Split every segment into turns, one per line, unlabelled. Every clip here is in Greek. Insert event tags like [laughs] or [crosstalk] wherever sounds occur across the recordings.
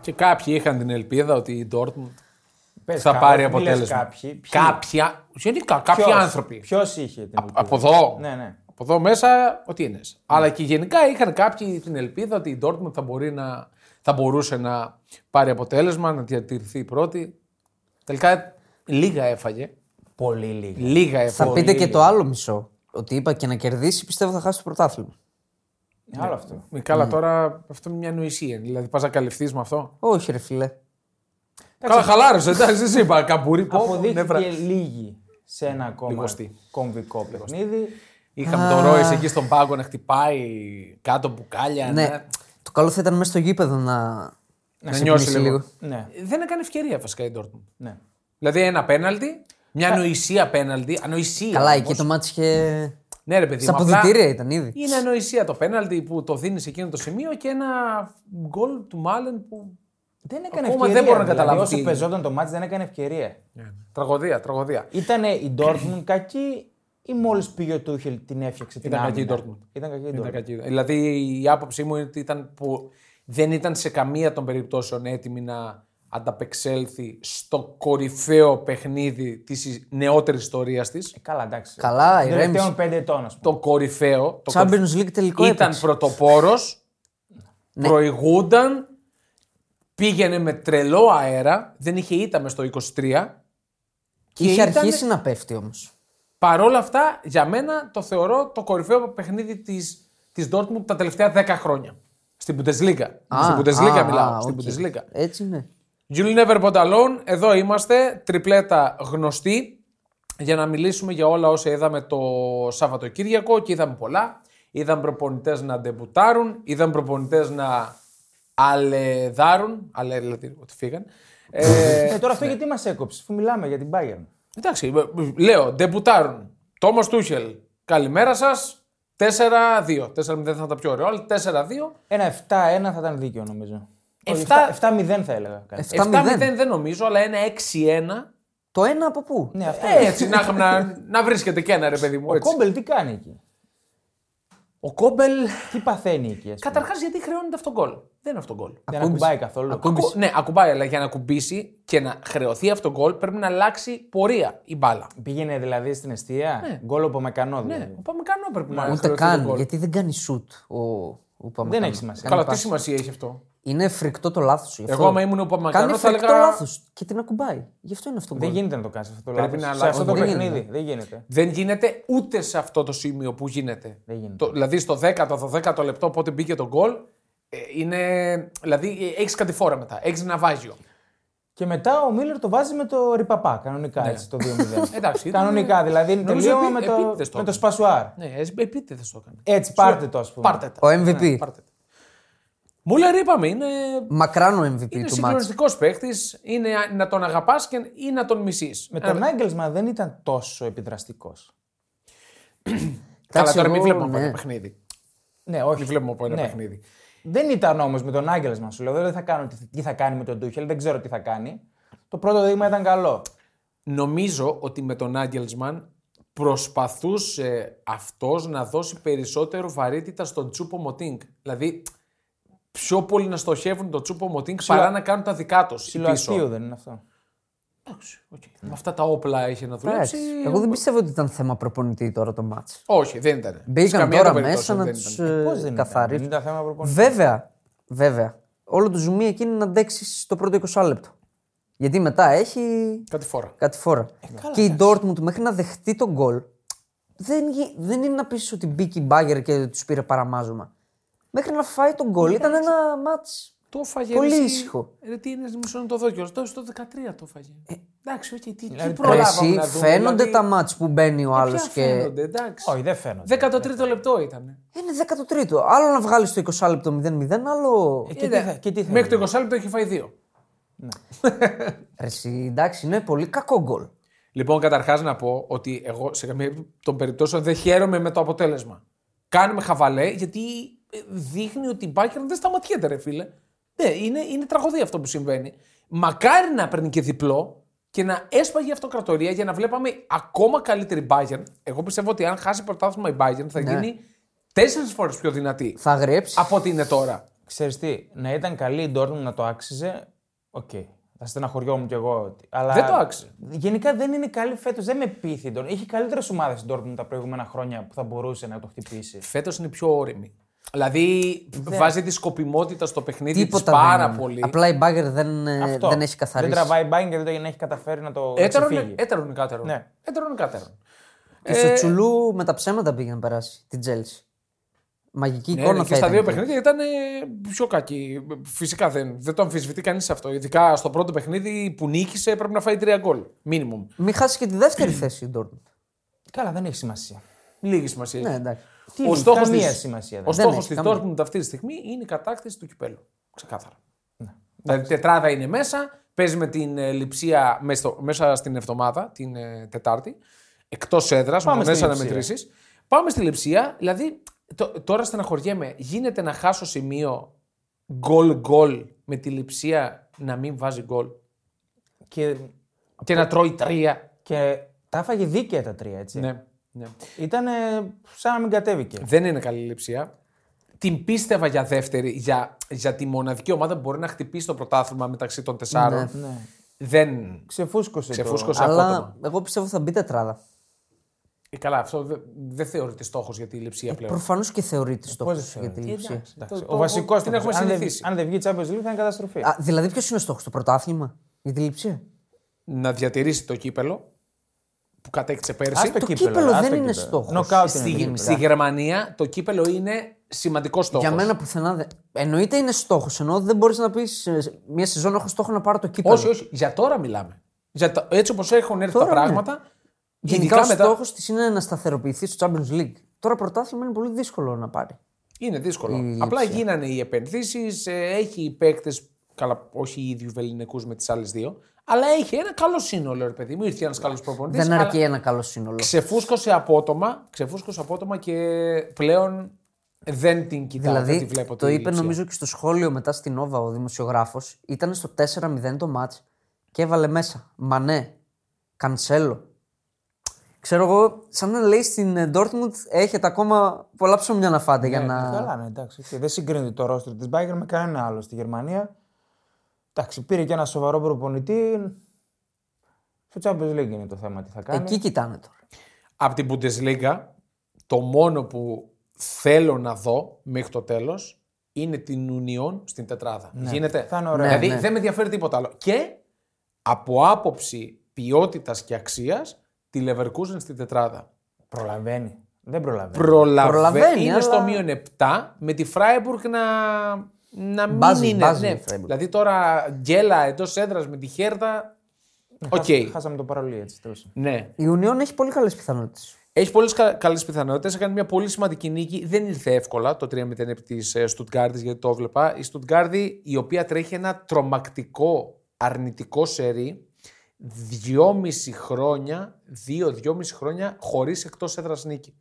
Και κάποιοι είχαν την ελπίδα ότι η Dortmund
Πες
θα
κα-
πάρει
μη λες
αποτέλεσμα.
Κάποιοι. Ποιοι?
Κάποια, γενικά, κάποιοι άνθρωποι.
Ποιος είχε την ελπίδα.
Από εδώ.
Ναι, ναι.
Από εδώ μέσα, ότι είναι. Αλλά και γενικά είχαν κάποιοι την ελπίδα ότι η Dortmund θα, μπορεί να, θα μπορούσε να πάρει αποτέλεσμα, να διατηρηθεί η πρώτη. Τελικά λίγα έφαγε.
Πολύ λίγα.
Λίγα έφαγε.
Θα πείτε και το άλλο μισό. Ότι είπα και να κερδίσει, πιστεύω θα χάσει το πρωτάθλημα.
Είναι Άλλο αυτό.
Ε, Καλά, τώρα αυτό είναι μια νοησία. Δηλαδή, πας να καλυφθείς με αυτό.
Όχι, ρε φιλέ.
Καλά, χαλάρωσε. Εντάξει, εσύ είπα καμπουρί. πω, πω, νεύρα.
Αποδείχθηκε λίγη σε ένα ακόμα
Λιγοστή.
κομβικό παιχνίδι.
Είχαμε τον Ρόις εκεί στον πάγκο να χτυπάει κάτω μπουκάλια.
Ναι.
να-
Το καλό θα ήταν μέσα στο γήπεδο να,
Ε, Να
ξυπνήσει
νιώσει λίγο.
Ναι,
Δεν έκανε ευκαιρία βασικά η Ντόρτμουντ.
ναι.
Δηλαδή ένα πέναλτι, μια ανοησία πέναλτι. Ανοησία.
Καλά,
όμως.
εκεί το μάτι είχε.
Ναι, ρε παιδί
Στα
μου, απλά
αποδητήρια ήταν ήδη.
Είναι ανοησία το πέναλτι που το δίνεις σε εκείνο το σημείο και ένα γκολ του Μάλεν που.
Δεν έκανε
Ακόμα
ευκαιρία.
δεν μπορώ να
δηλαδή,
καταλάβω τι
Όσο
είναι.
πεζόταν το μάτς δεν έκανε ευκαιρία.
Τραγωδία, τραγωδία.
Ήταν η
[clears throat]
Dortmund κακή ή μόλις πήγε ο Τούχελ την έφτιαξε την
Ήταν κακή η
άμυνα.
Dortmund.
Ήταν κακή η
Ήταν
Dortmund.
κακή. Δηλαδή η άποψή μου είναι ότι ήταν που δεν ήταν σε καμία των περιπτώσεων έτοιμη να ανταπεξέλθει στο κορυφαίο παιχνίδι της νεότερης ιστορίας της.
Ε, Καλά, εντάξει.
Καλά,
Των
ηρέμησε.
Τελευταίων πέντε ετών, ας πούμε.
Το κορυφαίο. Το κορυφαίο.
Champions League τελικό
Ήταν
έπαιξε.
πρωτοπόρος, προηγούνταν, πήγαινε με τρελό αέρα, δεν είχε ήττα μες στο 23. και
Είχε
ήταν-
αρχίσει να πέφτει όμως.
Παρόλα αυτά, για μένα το θεωρώ το κορυφαίο παιχνίδι της, της Dortmund τα τελευταία 10 χρόνια. Στην Bundesliga. στην Bundesliga μιλάω. στην Bundesliga.
Έτσι ναι.
You'll never be alone. Εδώ είμαστε, τριπλέτα γνωστή, για να μιλήσουμε για όλα όσα είδαμε το Σαββατοκύριακο και είδαμε πολλά. Είδαμε προπονητές να ντεμπουτάρουν, είδαμε προπονητές να αλεδάρουν, αλε δηλαδή ότι φύγαν. Ε,
Ε, τώρα αυτό γιατί μας έκοψε, αφού μιλάμε για την Bayern.
εντάξει, λέω, ντεμπουτάρουν. Τόμος Τούχελ, καλημέρα σας. 4-2. 4-0 θα ήταν τα πιο ωραίο, αλλά 4-2.
Ένα 7-1 θα ήταν δίκαιο νομίζω. Όχι,
Εφτά-
7-0 θα έλεγα. κάτι.
7-0.
7-0 δεν νομίζω, αλλά ένα 6-1.
Το ένα από πού.
Ναι, αυτό
Ε, Έτσι, να, είχαμε να, να βρίσκεται και ένα ρε παιδί μου.
Ο
έτσι.
Κόμπελ τι κάνει εκεί.
Ο Κόμπελ.
Τι παθαίνει εκεί, ας πούμε.
Καταρχάς, γιατί χρεώνεται αυτό γκολ. Δεν είναι αυτό γκολ.
Δεν ακουμπάει καθόλου.
Ακου- Ναι, ακουμπάει, αλλά για να ακουμπήσει και να χρεωθεί αυτό γκολ πρέπει να αλλάξει πορεία η μπάλα.
Πήγαινε δηλαδή στην αιστεία, γκολ από Μεκανό δηλαδή.
Ναι, ο Παμεκανό πρέπει να
Ούτε
χρεωθεί το
καν.
γκολ.
Γιατί δεν κάνει σουτ ο, ο
Δεν
Παμακανό.
έχει σημασία.
Καλά, τι σημασία έχει αυτό.
Είναι φρικτό το λάθος σου. γι' αυτό.
Εγώ, άμα ήμουν ο
Κάνει
Παμεκανό, θα
φρικτό
έλεγα.
λάθος και την ακουμπάει. Γι' αυτό είναι αυτό.
Δεν
γκολ.
γίνεται να το κάνεις αυτό το λάθος.
να
Σε
αλλάξει. Ναι.
αυτό το
Δεν
παιχνίδι.
γίνεται.
Δεν γίνεται.
Δεν γίνεται ούτε σε αυτό το σημείο που γίνεται.
Δεν γίνεται.
Το, δηλαδή στο 10ο, 12ο λεπτό, πότε μπήκε το γκολ, ε, είναι. Δηλαδή έχεις κατηφόρα μετά. Έχεις ναυάγιο.
Και μετά ο Μίλλερ το βάζει με το ριπαπά, κανονικά έτσι το 2-0.
Ναι. [laughs] Εντάξει, ήταν-
κανονικά δηλαδή είναι
Νομίζω
τελείωμα
επί-
με το,
επίτηδες το
με το
έκανε.
σπασουάρ.
Ναι, ε, επίτηδες το έκανε.
Έτσι, πάρτε το ας πούμε.
Πάρτε τα. Ναι,
Ο MVP.
Πάρτε τα. Μούλερ είπαμε, είναι,
Μακράν ο MVP
είναι
του μάτς.
συγκλονιστικό παίχτη. Είναι α- να τον αγαπάς ή να τον Ε, μισείς.
Με τον Άγγελσμα δεν ήταν τόσο επιδραστικός.
Καλά,
Εντάξει,
τώρα μην
εγώ,
βλέπουμε από
ναι.
ένα παιχνίδι.
Ναι, όχι.
Μην βλέπουμε από ένα
Ναι.
παιχνίδι.
Δεν ήταν όμως με τον Άγγελσμα, σου λέω. Δεν θα κάνω τι- τι θα κάνει με τον Ντούχελ, δεν ξέρω τι θα κάνει. Το πρώτο δείγμα ήταν καλό.
Νομίζω ότι με τον Άγγελσμαν προσπαθούσε αυτός να δώσει περισσότερο βαρύτητα στον Τσούπο Μωτίνγκ. Δηλαδή, πιο πολύ να στοχεύουν τον Τσούπο Μωτίνγκ παρά να κάνουν τα δικά τους.
Ψιλοαστείο δεν είναι αυτό.
Με αυτά τα όπλα είχε να δουλέψει.
Εντάξει, Εγώ δεν πιστεύω ότι ήταν θέμα προπονητή τώρα το μάτς.
Όχι, δεν ήταν. Σε
Μπήκαν
καμία
τώρα
περίπτωση
μέσα
δεν
να
ήταν. ε,
του
Πώς δεν καθαρή.
καθαρίσουν.
ήταν. Δεν ήταν θέμα προπονητής.
Βέβαια, βέβαια. Όλο το ζουμί εκεί είναι να αντέξεις το πρώτο 20 λεπτό. Γιατί μετά έχει
Κάτι φορά.
κάτι φόρα.
Ε,
και η Dortmund μέχρι να δεχτεί τον γκολ, δεν, γι- δεν είναι να πεις ότι μπήκε η Μπάγκερ και τους πήρε παραμάζωμα. Μέχρι να φάει τον
Ε,
γκολ ήταν ένα μάτς.
Το φάγε.
Πολύ
ρε, εσύ.
ήσυχο.
Ρε, τι είναι, μισό να το δω κιόλα. Το στο 13 το φάγε. εντάξει, όχι, τι,
Δηλαδή,
τι
Ρε,
προλάβαμε
εσύ,
να δούμε.
φαίνονται
δηλαδή,
τα μάτς που μπαίνει ο
ποια
άλλο και.
φαίνονται, εντάξει.
Όχι, δεν φαίνονται.
13ο λεπτό ήταν.
Ε,
Είναι 13ο. Άλλο να βγάλεις το 20 λεπτό 0-0, άλλο.
Ε, Και τι θα, και τι θα
Μέχρι το 20 λεπτό έχει φάει δύο.
Ρε, εσύ, εντάξει, είναι πολύ κακό γκολ.
Λοιπόν, καταρχάς να πω ότι εγώ σε καμία των περιπτώσεων δεν χαίρομαι με το αποτέλεσμα. Κάνουμε χαβαλέ γιατί ε, δείχνει ότι η Μπάκερ δεν σταματιέται, ρε φίλε. Ναι, είναι, είναι τραγωδία αυτό που συμβαίνει. Μακάρι να παίρνει και διπλό και να έσπαγε η αυτοκρατορία για να βλέπαμε ακόμα καλύτερη Bayern. Εγώ πιστεύω ότι
Ναι.
αν χάσει πρωτάθλημα η Bayern θα γίνει τέσσερις φορές πιο δυνατή
Θα γρέψει.
από ό,τι είναι τώρα.
ξέρεις τι, να ήταν καλή η Dortmund να το άξιζε, οκ. Θα στεναχωριόμουν κι εγώ. ότι- Αλλά
Δεν το άξιζε.
Γενικά δεν είναι καλή φέτος, δεν με πείθει. η Dortmund. Είχε καλύτερες ομάδες η Dortmund τα προηγούμενα χρόνια που θα μπορούσε να το χτυπήσει.
Φέτος είναι πιο όρημη. Δηλαδή βάζει τη σκοπιμότητα στο παιχνίδι της
Ναι. Τίποτα
πάρα
δεν είναι.
πολύ.
Απλά η μπάγκερ δεν, ε,
Αυτό.
δεν έχει καθαρίσει.
Δεν τραβάει μπάγκερ γιατί δεν έχει καταφέρει να το
Έτερον,
ξεφύγει.
έτερον ή κάτερον.
Ναι.
Έτερον ή κάτερον.
Και
Ε,
στο Τσουλού με τα ψέματα πήγε να περάσει την Τζέλση. Μαγική
Ναι,
εικόνα
ναι,
θα
και στα
ήταν
δύο
εκεί.
παιχνίδια ήταν ε, πιο κακή. Φυσικά δεν, δεν το αμφισβητεί κανείς αυτό. Ειδικά στο πρώτο παιχνίδι που νίκησε πρέπει να φάει τρία γκολ. Μίνιμουμ.
Μην χάσεις και τη δεύτερη θέση η Ντόρντ.
Καλά, δεν έχει σημασία.
Λίγη σημασία.
Ναι, εντάξει.
Τι
Ο
λέει,
στόχος
καμία
της-
σημασία.
Ο
δεν.
Δεν
στόχος
έχει
της
καμία.
Dortmund αυτή τη στιγμή είναι η κατάκτηση του κυπέλου. Ξεκάθαρα.
Ναι.
Δηλαδή τετράδα είναι μέσα, παίζει με την ε, λειψία μες στο- μέσα στην εβδομάδα, την ε, Τετάρτη, εκτός έδρας, με
Πάμε
πολλέ
στη Λειψία.
αναμετρήσει. Πάμε στη λειψία, δηλαδή το- τώρα στεναχωριέμαι. Γίνεται να χάσω σημείο γκολ-γκολ με τη λειψία να μην βάζει γκολ
Και,
και να τρώει τρία.
και τα έφαγε δίκαια τα τρία, έτσι.
Ναι, ναι.
Ήταν σαν να μην κατέβηκε.
Δεν είναι καλή η λειψία. Την πίστευα για δεύτερη, για, για τη μοναδική ομάδα που μπορεί να χτυπήσει το πρωτάθλημα μεταξύ των τεσσάρων.
Ναι.
Ναι.
Δεν
Ξεφούσκωσε.
ξεφούσκωσε απότομα.
Αλλά εγώ πιστεύω θα μπει τετράδα.
Ε, Καλά, αυτό δε- δεν θεωρείται στόχος για τη
Ε,
λειψία πλέον. Ε,
Προφανώς και θεωρείται στόχο
δεν
για τη λήψη.
Το, Εντάξει,
Το- το-
ο βασικό
την έχουμε
αν, δεν-
συνηθίσει.
αν δεν βγει η Champions League θα είναι καταστροφή.
Α, Δηλαδή, ποιος είναι ο στόχος, το πρωτάθλημα για τη λήψη.
Να διατηρήσει το κύπελο που κατέκτησε πέρσι.
Ας το
το
κύπελλο,
κύπελλο
ας
δεν
το
είναι
κύπελλο.
στόχος.
Νοκάουτ
Στη
είναι το
Στη,
κύπελλο.
στη Γερμανία το κύπελο είναι σημαντικό στόχος.
Για μένα πουθενά δεν. Εννοείται είναι στόχος. Ενώ δεν μπορείς να πεις μια σεζόν έχω στόχο να πάρω το κύπελο.
Όχι, όχι, για τώρα μιλάμε. Για τα- έτσι όπως έχουν έρθει
Τώρα,
τα
ναι.
πράγματα.
Γενικά ο
μετά.
στόχος της είναι να σταθεροποιηθεί στο Champions League. Τώρα πρωτάθλημα είναι πολύ δύσκολο να πάρει.
Είναι δύσκολο.
Η
Απλά γίνανε οι επενδύσεις, έχει οι παίκτες. Καλά, όχι οι ίδιου βεληνικούς με τις άλλες δύο. Αλλά έχει ένα καλό σύνολο, ρε παιδί μου. Ήρθε ένας καλός προπονητής.
δεν αρκεί ένα καλό σύνολο.
ξεφούσκωσε απότομα, ξεφούσκωσε απότομα και πλέον δεν την κοιτάω, δεν τη
Δηλαδή,
βλέπω
το
τη
είπε
λήψη.
νομίζω και στο σχόλιο μετά στην Όβα ο δημοσιογράφος. Ήταν στο 4-0 το μάτ και έβαλε μέσα. Μανέ, Κανσέλο. Ξέρω εγώ, σαν να λέει στην ε, Dortmund έχετε ακόμα πολλά ψωμιά να φάτε για να.
Καλά, ναι, εντάξει. οκ. Δεν συγκρίνεται το ρόστρο της Bayern με κανένα άλλο στη Γερμανία. Εντάξει, πήρε και ένα σοβαρό προπονητή. Στο Champions League είναι το θέμα τι θα κάνει.
Εκεί κοιτάνε τώρα.
Από την Bundesliga, το μόνο που θέλω να δω μέχρι το τέλος είναι την Union στην τετράδα. Γίνεται.
θα είναι ωραίο.
Δηλαδή
Ναι, ναι.
δεν με ενδιαφέρει τίποτα άλλο. Και από άποψη ποιότητας και αξίας, τη Leverkusen στην τετράδα.
Προλαβαίνει. Δεν προλαβαίνει.
Προλαβαίνει,
Ναι. Προλαβαίνει,
είναι
αλλά-
στο μείον 7 με τη Φράιμπουργκ να, να μην
Μπάζει,
είναι.
μπάζει η Freiburg.
δηλαδή τώρα γκέλα εντός έδρας με τη Χέρτα.
Ναι,
Οκ.
Χάσα- Χάσαμε το παρολί έτσι. τέλος.
Ναι.
Η Union έχει πολύ καλές πιθανότητες.
Έχει πολλές καλές πιθανότητες. Έκανε μια πολύ σημαντική νίκη. Δεν ήρθε εύκολα το 3-0 επί της Στουτγκάρδης, γιατί το έβλεπα. Η Στουτγκάρδη, η οποία τρέχει ένα τρομακτικό αρνητικό σερί, δυόμιση χρόνια, δύο-δυόμιση χρόνια χωρίς εκτός έδρας νίκη.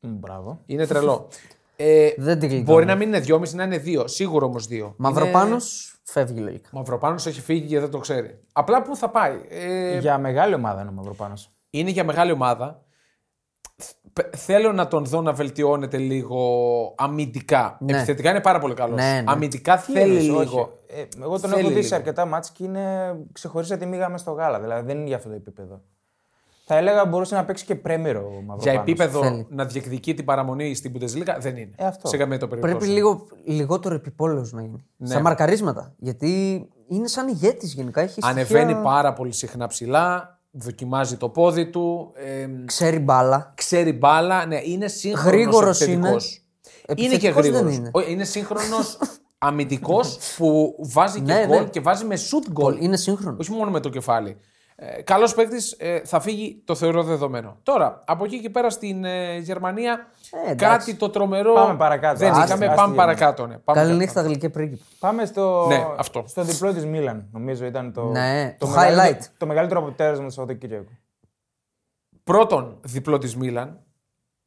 Μ, Μπράβο.
Είναι τρελό. Ε,
Δεν την γλιτώνει.
Μπορεί να μην είναι δυόμιση, να είναι δύο. Σίγουρο όμως δύο.
Μαυροπάνος φεύγει λογικά.
Μαυροπάνος έχει φύγει και δεν το ξέρει. Απλά πού θα πάει. Ε,
Για μεγάλη ομάδα είναι ο Μαυροπάνος.
είναι για μεγάλη ομάδα. Πε- Θέλω να τον δω να βελτιώνεται λίγο αμυντικά.
Ναι.
Επιθετικά είναι πάρα πολύ καλός.
Ναι, ναι.
Αμυντικά θέλει
Είδες, όχι.
λίγο.
Ε, εγώ τον
Θέλει
έχω δει
λίγο.
σε αρκετά μάτς και είναι ξεχωρίζει τη μίγα μες στο γάλα. Δηλαδή δεν είναι για αυτό το επίπεδο. Θα έλεγα μπορούσε να παίξει και πρέμιρο ο Μαυροπάνος.
Για επίπεδο
Θέλει.
να διεκδικεί την παραμονή στην Bundesliga δεν είναι.
Ε, αυτό.
Σε καμία το περίπτωση.
Πρέπει λίγο, λιγότερο επιπόλαιος να γίνει.
Ναι.
Στα μαρκαρίσματα. Γιατί είναι σαν ηγέτης γενικά. Έχει στοιχεία-
Ανεβαίνει πάρα πολύ συχνά ψηλά, δοκιμάζει το πόδι του, ε,
Ξέρει μπάλα.
ξέρει μπάλα. Ναι, είναι σύγχρονος.
Γρήγορος είναι.
Είναι και
Επιθετικός δεν
γρήγορος.
είναι.
Είναι, είναι σύγχρονος αμυντικός που βάζει και
Ναι,
γκολ
ναι.
και βάζει με shoot γκολ.
Είναι σύγχρονος.
Όχι μόνο με το κεφάλι. Ε, Καλός παίκτης θα φύγει, το θεωρώ δεδομένο. Τώρα, από εκεί και πέρα στην ε, Γερμανία,
εντάξει.
κάτι το τρομερό.
Ε, Πάμε παρακάτω.
Δεν
Άστη,
είχαμε,
άστη
πάμε
Γερμανία.
παρακάτω. Ναι. Πάμε
Καληνύχτα, γλυκέ πρίγκιπα.
Πάμε στο,
Ναι, αυτό.
στο διπλό της Μίλαν. Νομίζω ήταν το,
Ναι, το
μεγαλύτερο-
highlight.
το μεγαλύτερο αποτέλεσμα του Σαββατοκύριακου.
Πρώτον, διπλό της Μίλαν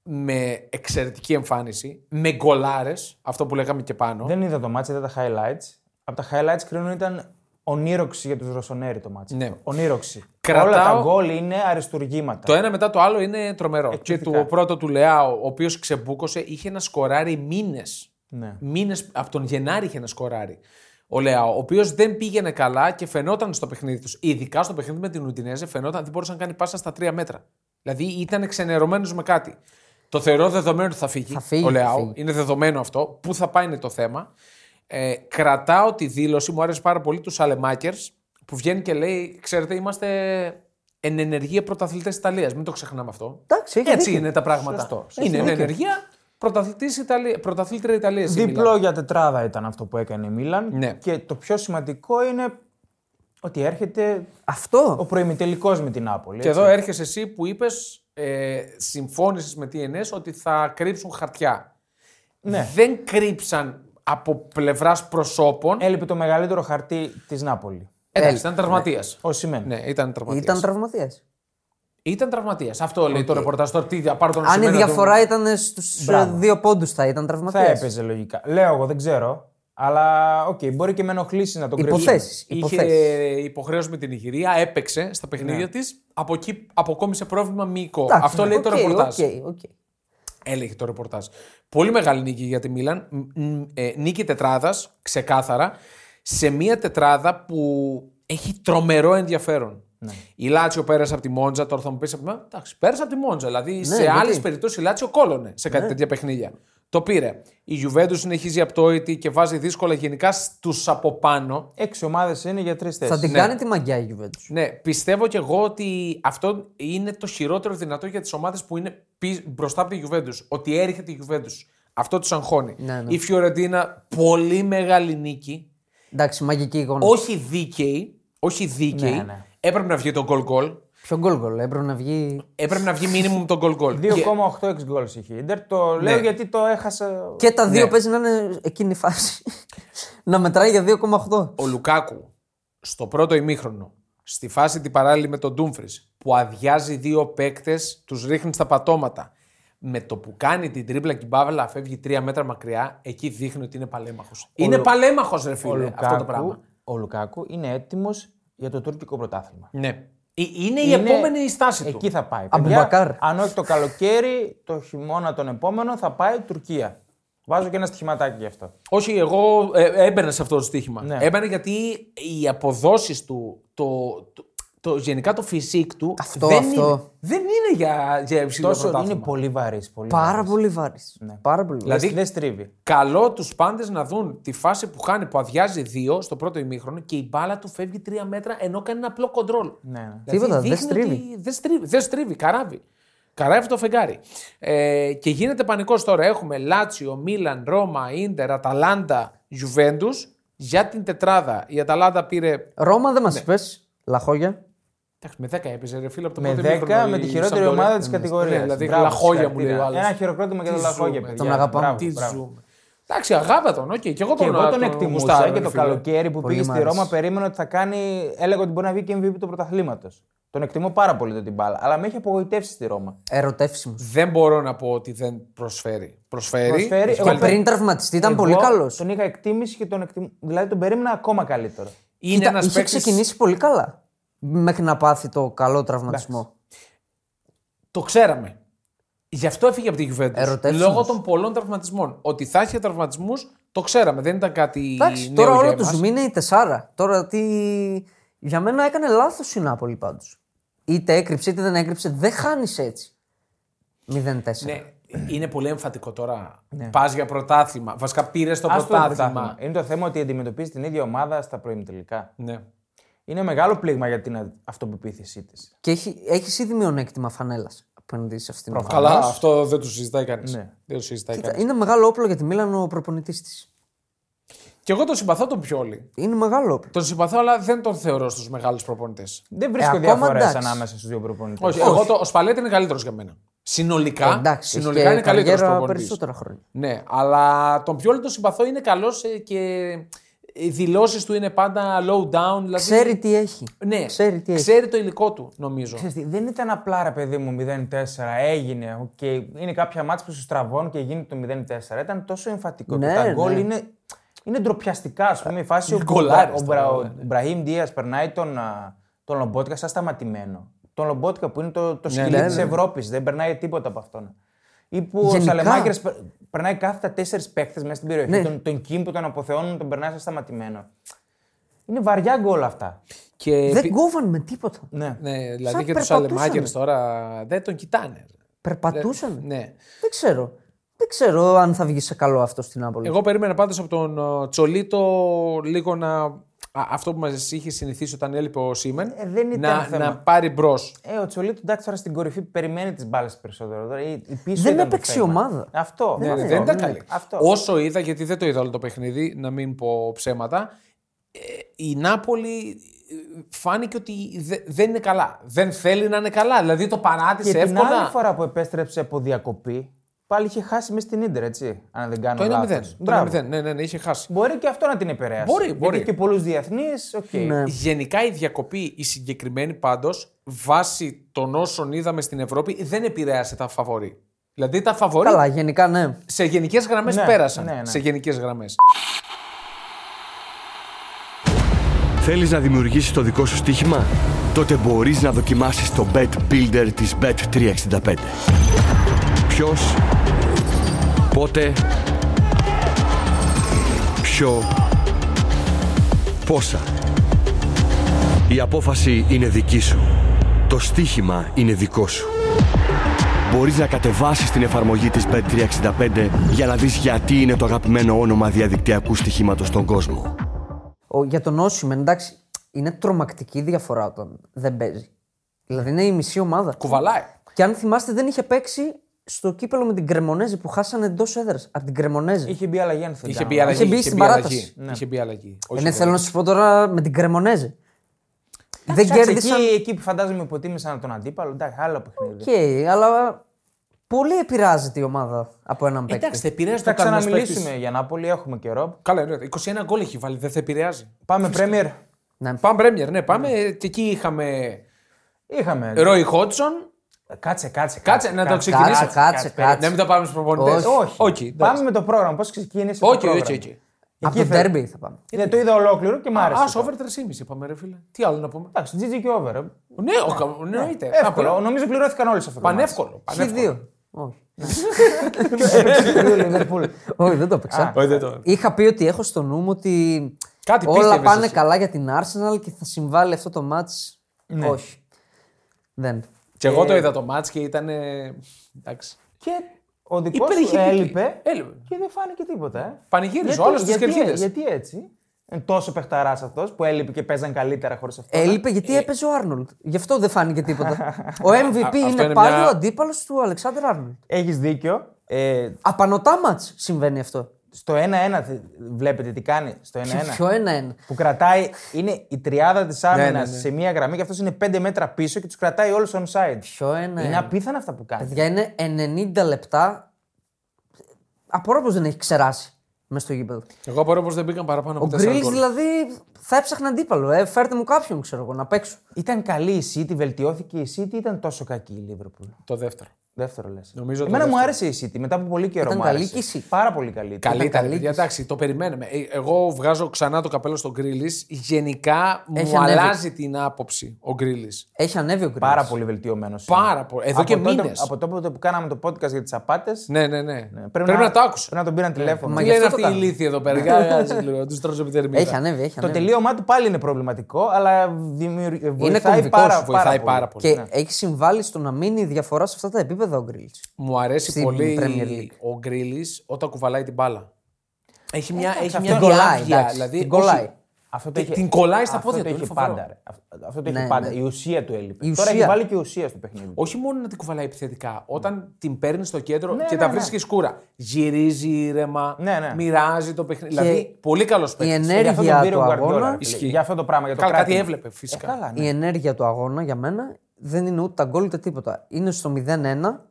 με εξαιρετική εμφάνιση, με γκολάρες, αυτό που λέγαμε και πάνω.
Δεν είδα το μάτς, είδα τα highlights. Από τα highlights κρίνουν ήταν ονείροξη για τους Ρωσονέρι το μάτς.
Ναι.
Ονείροξη.
Κρατάω-
Όλα τα γκολ είναι αριστουργήματα.
Το ένα μετά το
Ε,
άλλο είναι τρομερό. Και
Εκπληκτικά.
το πρώτο του Λεάο, ο οποίος ξεμπούκωσε, είχε να σκοράρει μήνες
Ναι.
Μήνες, από τον Γενάρη είχε να σκοράρει. Ο Λεάο, ο οποίος δεν πήγαινε καλά και φαινόταν στο παιχνίδι τους. Ειδικά στο παιχνίδι με την Ουντινέζε, φαινόταν δεν μπορούσε να κάνει πάσα στα τρία μέτρα. Δηλαδή ήταν ξενερωμένος με κάτι. Το θεωρώ δεδομένο ότι θα φύγει,
Θα φύγει,
ο
θα
Λεάο.
φύγει.
Είναι δεδομένο αυτό. Πού θα πάει είναι το θέμα. Ε, κρατάω τη δήλωση, μου άρεσε πάρα πολύ, τους Σαλεμάκερ, που βγαίνει και λέει: Ξέρετε, είμαστε εν ενεργεία πρωταθλητές Ιταλίας. Μην το ξεχνάμε αυτό.
Εντάξει, έχει
Έτσι
δίκιο.
είναι τα πράγματα.
Σωστό.
Είναι εν
Έχει δίκιο.
ενεργεία πρωταθλητής Ιταλία- πρωταθλήτρια Ιταλίας.
Διπλό για τετράδα ήταν αυτό που έκανε η Μίλαν.
Ναι.
Και το πιο σημαντικό είναι ότι έρχεται ο
Αυτό.
προημιτελικός με την Νάπολη.
Και
έτσι.
εδώ έρχεσαι εσύ που είπες, ε, συμφώνησες με TNS ότι θα κρύψουν χαρτιά.
Ναι.
Δεν κρύψαν από πλευράς προσώπων.
Έλειπε το μεγαλύτερο χαρτί της Νάπολη.
Εντάξει,
ε,
ήταν τραυματίας.
Ο Σιμέν.
Ναι, ήταν τραυματίας.
Ήταν τραυματίας.
Ήταν τραυματίας. Αυτό λέει το ρεπορτάζ. Τώρα τι θα πάρω τον
Αν η
Οsimhen να
διαφορά ήταν στους
Μπράβο.
δύο πόντους, θα ήταν
Θα
τραυματία.
έπαιζε λογικά. Λέω εγώ, δεν ξέρω. Αλλά οκ, μπορεί και με ενοχλήσει να τον κρύψει.
Υποθέσεις. Ναι.
τον- Είχε υποχρέωση με την Ιγυρία, έπαιξε στα παιχνίδια της, της. Από εκεί αποκόμισε πρόβλημα μυϊκό.
Εντάξει,
Αυτό λέει το
οκ,
ρεπορτάζ.
οκ, οκ.
Έλεγε το ρεπορτάζ. Πολύ μεγάλη νίκη για τη Μίλαν. Μ, μ, ε, Νίκη τετράδας, ξεκάθαρα. Σε μια τετράδα που έχει τρομερό ενδιαφέρον. Η Λάτσιο πέρασε από τη Μόντζα, τώρα θα μου πεις από τη Μόντζα. Εντάξει, πέρασε από τη Μόντζα. Δηλαδή σε
γιατί?
άλλες περιπτώσεις η Λάτσιο κόλωνε σε κάτι τέτοια παιχνίδια. Το πήρε. Η Γιουβέντους συνεχίζει απτόητη και βάζει δύσκολα γενικά στους από πάνω.
Έξι ομάδες είναι για τρεις θέσεις.
Θα την κάνει τη μαγιά η Juventus.
Ναι, πιστεύω κι εγώ ότι αυτό είναι το χειρότερο δυνατό για τις ομάδες που είναι πι- μπροστά από τη Juventus. Ότι έρχεται η Juventus. Αυτό τους αγχώνει.
Ναι, ναι.
Η Φιωρεντίνα, πολύ μεγάλη νίκη.
Εντάξει, μαγική εικόνα.
Όχι δίκαιη. Όχι δίκαιη.
Ναι, ναι.
Έπρεπε να βγει το goal goal.
Ποιο γκολ γκολ, έπρεπε να βγει.
Έπρεπε να βγει minimum το goal goal.
2,86 γκολ είχε η Ιντερ. Το λέω γιατί το έχασα.
Και τα δύο
Ναι.
παίζει να είναι εκείνη η φάση. να μετράει για 2,8.
ο Λουκάκου στο πρώτο ημίχρονο, στη φάση την παράλληλη με τον Ντούμφρις, που αδειάζει δύο παίκτες, τους ρίχνει στα πατώματα. Με το που κάνει την τρίπλα και η μπάβελα φεύγει τρία μέτρα μακριά, εκεί δείχνει ότι είναι παλέμαχος. Είναι παλέμαχος, ρε
Ο
φίλε, αυτό το πράγμα.
Λουκάκου, ο Λουκάκου είναι έτοιμος για το τουρκικό πρωτάθλημα.
Ναι. Ε, Είναι, η
Είναι-
επόμενη η στάση του.
Εκεί θα πάει.
Αμπουμπακάρ.
αν όχι το καλοκαίρι, το χειμώνα τον επόμενο θα πάει Τουρκία. Βάζω και ένα στοιχηματάκι γι' αυτό.
Όχι, εγώ ε, έμπαινα σε αυτό το στοίχημα.
Ναι.
Έμπαινα γιατί οι αποδόσεις του, το, το, το- γενικά το φυσικ του.
Αυτό,
δεν,
αυτό.
Είναι, δεν είναι για, για υψηλό
Τόσο
πρωτάθλημα.
είναι πολύ βαρύς. Πολύ
Πάρα
βαρύς.
πολύ βάρη. Πάρα πολύ βάρη.
Δηλαδή-
Δεν στρίβει.
Καλό τους πάντες να δουν τη φάση που χάνει, που αδειάζει δύο στο πρώτο ημίχρονο και η μπάλα του φεύγει τρία μέτρα ενώ κάνει ένα απλό κοντρόλ. Δηλαδή
Ναι, ναι.
Τίποτα, δεν
δείχνει
στρίβει.
ότι Δεν στρίβει, δεν στρίβει, καράβει. Καράβει το φεγγάρι. Ε, και γίνεται πανικός τώρα. Έχουμε Λάτσιο, Μίλαν, Ρώμα, ντερ, Αταλάντα, Γιουβέντους για την τετράδα. Η Αταλάντα πήρε.
Ρώμα δεν μας είπες. Λαχόγια.
Εντάξει, με 10 έπαιζε ρε φίλε από το
Με
πρώτο
10
ημίχρονο
με τη
η
χειρότερη
Σαμπτόρια.
ομάδα της
Ναι,
κατηγορία.
Δηλαδή, λαχόγια μου λέει ο άλλος.
Ένα χειροκρότημα για
Τι
τον Λαχόγια.
ζούμε,
παιδιά.
τον αγαπάμε,
Μπράβο,
Τι
μπράβο.
ζούμε. Εντάξει, αγάπη τον, οκ. Και εγώ
Και
τον,
εγώ τον
γουστάρω,
εκτιμούσα
ρε
και το
φίλε.
καλοκαίρι που
Πολύ
πήγε
μ'
στη
άρεσε.
Ρώμα περίμενα ότι θα κάνει. Έλεγα ότι μπορεί να βγει και MVP του πρωταθλήματος. Τον εκτιμώ πάρα πολύ τον Τιμπάλα, αλλά με έχει απογοητεύσει στη Ρώμα.
Ερωτεύσιμος.
Δεν μπορώ να πω ότι δεν προσφέρει. Προσφέρει.
Προσφέρει,
Έχει
εγώ
βάλει-
πε-
Πριν τραυματιστεί ήταν
Εγώ
πολύ καλός.
Τον είχα εκτίμηση και τον εκτιμ... Δηλαδή τον περίμενα ακόμα καλύτερο.
Είναι ένας
Είχε
παίκτης.
ξεκινήσει πολύ καλά. Μέχρι να πάθει το καλό τραυματισμό.
Το ξέραμε. Γι' αυτό έφυγε από τη Juventus.
Ερωτεύσιμος.
Λόγω των πολλών τραυματισμών. Ότι θα είχε τραυματισμούς, το ξέραμε. Δεν ήταν κάτι.
Εντάξει,
νέο
τώρα
για
όλο το
εμάς.
ζουμί είναι η τεσσάρα. Τώρα τι. Για μένα έκανε λάθος η Νάπολη πάντως. Είτε έκρυψε είτε δεν έκρυψε, δεν χάνεις έτσι. 0-4.
Ναι, είναι πολύ εμφατικό τώρα. Πας Πας για πρωτάθλημα. Βασικά πήρες το
Ναι. Ας το
πρωτάθλημα.
πρωτάθλημα. Είναι το θέμα ότι αντιμετωπίζεις την ίδια ομάδα στα προημιτελικά.
Ναι.
Είναι μεγάλο πλήγμα για την α- αυτοπεποίθησή της.
Και έχει έχεις ήδη μειονέκτημα φανέλας απέναντι σε αυτήν την ομάδα.
Καλά, αυτό δεν το συζητάει κανείς.
Ναι.
Δεν το συζητάει
Κοίτα,
κανείς.
Είναι μεγάλο όπλο για τη Μίλαν ο προπονητής της.
Και εγώ τον συμπαθώ τον Πιόλη.
Είναι μεγάλο όπλο.
Τον συμπαθώ, αλλά δεν τον θεωρώ στους μεγάλους προπονητές.
Δεν βρίσκω
Ε, ακόμα
διαφορές
εντάξει.
ανάμεσα στους δύο προπονητές.
Όχι, εγώ το, ο Σπαλέτη είναι καλύτερος για μένα. Συνολικά,
Ε, Εντάξει,
συνολικά είναι καλύτερος προπονητής.
περισσότερα χρόνια.
Ναι, αλλά τον Πιόλη τον συμπαθώ είναι καλός και οι δηλώσεις του είναι πάντα low down. Δηλαδή,
Ξέρει τι έχει.
ναι,
ξέρει τι έχει.
ξέρει το υλικό του, νομίζω.
Ξέρεις τι, δεν ήταν απλά ρε παιδί μου 0-4, έγινε. οκ. Είναι κάποια μάτια που σου στραβώνουν και γίνει το 0-4. Ήταν τόσο εμφατικό.
Ναι,
και τα γκολ
ναι.
είναι, είναι ντροπιαστικά, ας πούμε. Η φάση όπου ο,
γκολάρες
Μπρα- ο,
τα
Μπρα-
γκολ,
ο Μπραήμ Δίας περνάει τον, α, τον Λομπότικα σαν σταματημένο. Τον Λομπότικα που είναι το, το σκυλί
ναι,
της
ναι.
Ευρώπης. Δεν περνάει τίποτα από αυτόν. Ή που ο
Γενικά.
Σαλεμάκερ περνάει κάθετα τέσσερι παίχτε μέσα στην περιοχή.
Ναι.
Τον, τον Κιμ που τον αποθεώνουν, τον περνάει σαν σταματημένο. Είναι βαριά γκολ αυτά.
Και
Δεν
επί-
κόβαν με τίποτα.
Ναι.
ναι, δηλαδή
σαν
και τους
περπατούσανε.
Αλεμάκερ τώρα δεν τον κοιτάνε.
Περπατούσαν.
Ναι.
Δεν ξέρω. Δεν ξέρω αν θα βγει σε καλό αυτό στην Νάπολη.
Εγώ περίμενα πάντως από τον ε, Τσολίτο λίγο να. α, αυτό που μας είχε συνηθίσει όταν έλειπε ο Σίμεν.
Ε, δεν ήταν
να,
θέμα.
να πάρει μπρος.
Ε, ο Τσολίτου εντάξει τώρα στην κορυφή περιμένει τις μπάλες περισσότερο. Τώρα, η, η πίσω
Δεν
ήταν το
έπαιξε η
θέμα.
ομάδα.
Αυτό.
Ναι,
αυτό.
δεν ήταν
Ναι.
καλή.
Αυτό.
Όσο είδα, γιατί δεν το είδα όλο το παιχνίδι, να μην πω ψέματα, ε, η Νάπολη ε, φάνηκε ότι δε- δεν είναι καλά. Δεν θέλει να είναι καλά. Δηλαδή το παράτησε
Και την
εύκολα.
άλλη φορά που επέστρεψε από διακοπή, πάλι είχε χάσει μες στην ντερ, έτσι. Αν δεν κάνω
Το 1-0.
λάθος.
Το
Μπράβο.
1-0. Ναι, ναι, ναι, είχε χάσει.
Μπορεί και αυτό να την επηρέασε.
Μπορεί,
Γιατί
μπορεί.
Και πολλούς διεθνείς. Okay.
Ναι.
Γενικά η διακοπή, η συγκεκριμένη πάντως, βάσει των όσων είδαμε στην Ευρώπη, δεν επηρέασε τα φαβορή. Δηλαδή τα φαβορή
Καλά, γενικά ναι.
σε γενικές γραμμές
Ναι,
πέρασαν.
ναι, ναι.
Σε γενικές γραμμές.
Θέλεις να δημιουργήσεις το δικό σου στοίχημα? Τότε μπορείς να δοκιμάσεις το Bet Builder της Bet365. Ποιος, πότε, ποιο, πόσα. Η απόφαση είναι δική σου. Το στοίχημα είναι δικό σου. Μπορείς να κατεβάσεις την εφαρμογή της Bet365 για να δεις γιατί είναι το αγαπημένο όνομα διαδικτυακού στοιχήματος στον κόσμο.
Ο, για τον Όσιμεν, εντάξει, είναι τρομακτική διαφορά όταν δεν παίζει. Δηλαδή είναι η μισή ομάδα.
Κουβαλάει.
Και αν θυμάστε, δεν είχε παίξει στο κύπελο με την Κρεμονέζη που χάσανε εντός έδρας. Από την Κρεμονέζη.
Είχε μπει αλλαγή αν
Είχε μπει αλλαγή.
Είχε μπει στην παράταση.
αλλαγή. Είχε μπει αλλαγή. Όχι
Είναι,
δεν-
θέλω να σα πω τώρα με την Κρεμονέζη. Δεν
Εντάξει,
κέρδισαν.
Εκεί, εκεί που φαντάζομαι υποτίμησαν τον αντίπαλο. Εντάξει, άλλο παιχνίδι.
Οκ, αλλά πολύ επηρεάζεται η ομάδα από έναν παίκτη.
Εντάξει, θα επηρέασε
Θα
το καλός παίκτης.
ξαναμιλήσουμε για Νάπολη, έχουμε καιρό.
Καλά, εννοείται. 21 γκολ έχει βάλει, δεν θα επηρεάζει.
Πάμε Πρέμιερ.
Ναι.
Πάμε Πρέμιερ, ναι, πάμε. Ε, Και εκεί είχαμε
Είχαμε.
Ρόι Χότσον.
Κάτσε, κάτσε.
Κάτσε, να το
Κάτσε,
ξεκινήσω.
κάτσε,
Να
κάτσε.
μην το πάμε στους προπονητές.
Όχι.
Όχι,
Πάμε
εντάξει.
με το πρόγραμμα. Πώς ξεκίνησε. το
όχι,
πρόγραμμα.
όχι, όχι.
Από
Εκεί
το
θα-
τέρμπι θα πάμε.
Ναι, το είδα ολόκληρο και μ' άρεσε.
Ας, over 3,5 είπαμε, ρε φίλε. Τι άλλο να πούμε.
Εντάξει, GG και over. ε.
Ναι, ο κα- εννοείται.
Εύκολο.
Απλό.
Νομίζω πληρώθηκαν όλες αυτέ.
Πανεύκολο.
Χι
πανεύκολο.
δύο. Όχι.
[laughs]
Δύο Λιβερπούλ. Όχι, δεν το
Α.
έπαιξα.
Όχι, δεν το-
Είχα πει ότι έχω στο νου μου ότι
Κάτι
όλα
πίστευες
πάνε
εσύ.
καλά για την Arsenal και θα συμβάλλει αυτό το match.
Ναι.
Όχι. Δεν.
Και εγώ το είδα το μάτς και ήταν. ε, Εντάξει.
Και ο δικός σου
Υπερηχητική.
έλειπε,
Έλειπε.
και δεν φάνηκε τίποτα. Ε.
Πανηγύριζε
Γιατί-
όλες τις
γιατί-
κερκίδες.
Γιατί έτσι. Είναι τόσο παιχταράς αυτός που έλειπε και παίζαν καλύτερα χωρίς αυτό.
Έλειπε
Ε-
γιατί έπαιζε ο Άρνολτ. Γι' αυτό δεν φάνηκε
[laughs]
τίποτα. ο MVP
αυτό
είναι
είναι
πάλι
μια-
ο αντίπαλος του Αλεξάνδρ Άρνολτ.
Έχεις δίκιο. Ε,
Απανοτά match συμβαίνει αυτό.
Ναι,
στο 1-1 θε- βλέπετε τι κάνει. Στο 1-1.
Ποιο ένα-ένα.
Που κρατάει, είναι η τριάδα της άμυνα
Ναι, ναι, ναι.
σε μία γραμμή και αυτός είναι 5 μέτρα πίσω και τους κρατάει όλους on side.
Ποιο
Είναι
ένα-ένα.
απίθανα αυτά που κάνει.
Ε. Παιδιά είναι 90 λεπτά. Απορώ πως δεν έχει ξεράσει μέσα στο γήπεδο.
Εγώ απορώ πως δεν μπήκαν παραπάνω
Ο
από 4
Γκρίλ
γκολ.
δηλαδή θα έψαχνε αντίπαλο. Ε, φέρτε μου κάποιον, ξέρω εγώ, να παίξω.
Ήταν καλή η City, βελτιώθηκε η City, ήταν τόσο κακή η Liverpool.
Το δεύτερο.
Δεύτερο λες.
Νομίζω το
Εμένα μου
δεύτερο.
άρεσε η City μετά από πολύ καιρό.
Ήταν
μου
καλή
άρεσε.
και η City.
Πάρα πολύ καλή.
Καλή ήταν.
καλή
παιδιά,
της.
Εντάξει, το περιμέναμε. Ε, Εγώ βγάζω ξανά το καπέλο στον Γκρίλη. Γενικά
Έχει
μου
ανέβει.
αλλάζει την άποψη ο Γκρίλη.
Έχει ανέβει ο Γκρίλ.
Πάρα πολύ βελτιωμένος.
Πάρα πολύ. Εδώ και μήνες.
Από τότε που κάναμε το podcast για τις απάτες.
Ναι, ναι, ναι. Πρέπει, να... το άκουσα. Ε,
Πρέπει να τον πήραν τηλέφωνο.
Μα
Τι
γι'
λένε αυτοί
αυτό το
οι
κάνουμε.
ηλίθιοι εδώ πέρα. Κάτσε λίγο, του τρώσω επιτερμίδα.
Έχει ανέβει, έχει
Το
ναι.
ανέβει.
τελείωμά του πάλι είναι προβληματικό, αλλά δημιουργεί. βοηθάει
κομβικός,
πάρα,
βοηθάει πάρα πολύ. Ναι.
Και
ναι.
έχει συμβάλει στο να μείνει η διαφορά σε αυτά τα επίπεδα ο Γκρίλ.
Μου αρέσει
Στην
πολύ
Premier League. Ε,
ο Γκρίλη όταν κουβαλάει την μπάλα. Έχει μια, έχει
αυτό
μια
την κολλάει,
διάβια,
εντάξει,
δηλαδή,
την κολλάει.
όχι-
Αυτό
Την- την κολλάει στα
αυτό
πόδια
το
του,
είχε
είναι φοβερό.
πάντα. ρε. Αυτό- Αυτό το είχε
Ναι,
πάντα.
ναι.
Η ουσία του έλειπε.
Η
Τώρα έχει
ουσία.
βάλει και ουσία στο παιχνίδι.
Όχι μόνο να την κουβαλάει επιθετικά, όταν την παίρνει στο κέντρο
Ναι,
και
ναι,
τα
ναι.
βρίσκεις σκούρα. Γυρίζει ήρεμα,
Ναι, ναι.
μοιράζει το παιχνίδι. Δηλαδή, πολύ καλός
Η
παίκτης.
Γι' Ε, αυτό τον
ενέργεια
πήρε ο
του
Guardiola,
αγώνα.
φίλε.
Ισχύει.
Για αυτό το πράγμα. Για το
Καλά, κάτι
κράτημα.
έβλεπε φυσικά.
Ε, καλά, ναι.
Η ενέργεια του αγώνα για μένα δεν είναι ούτε τα γκολ ούτε τίποτα. Είναι στο 0-1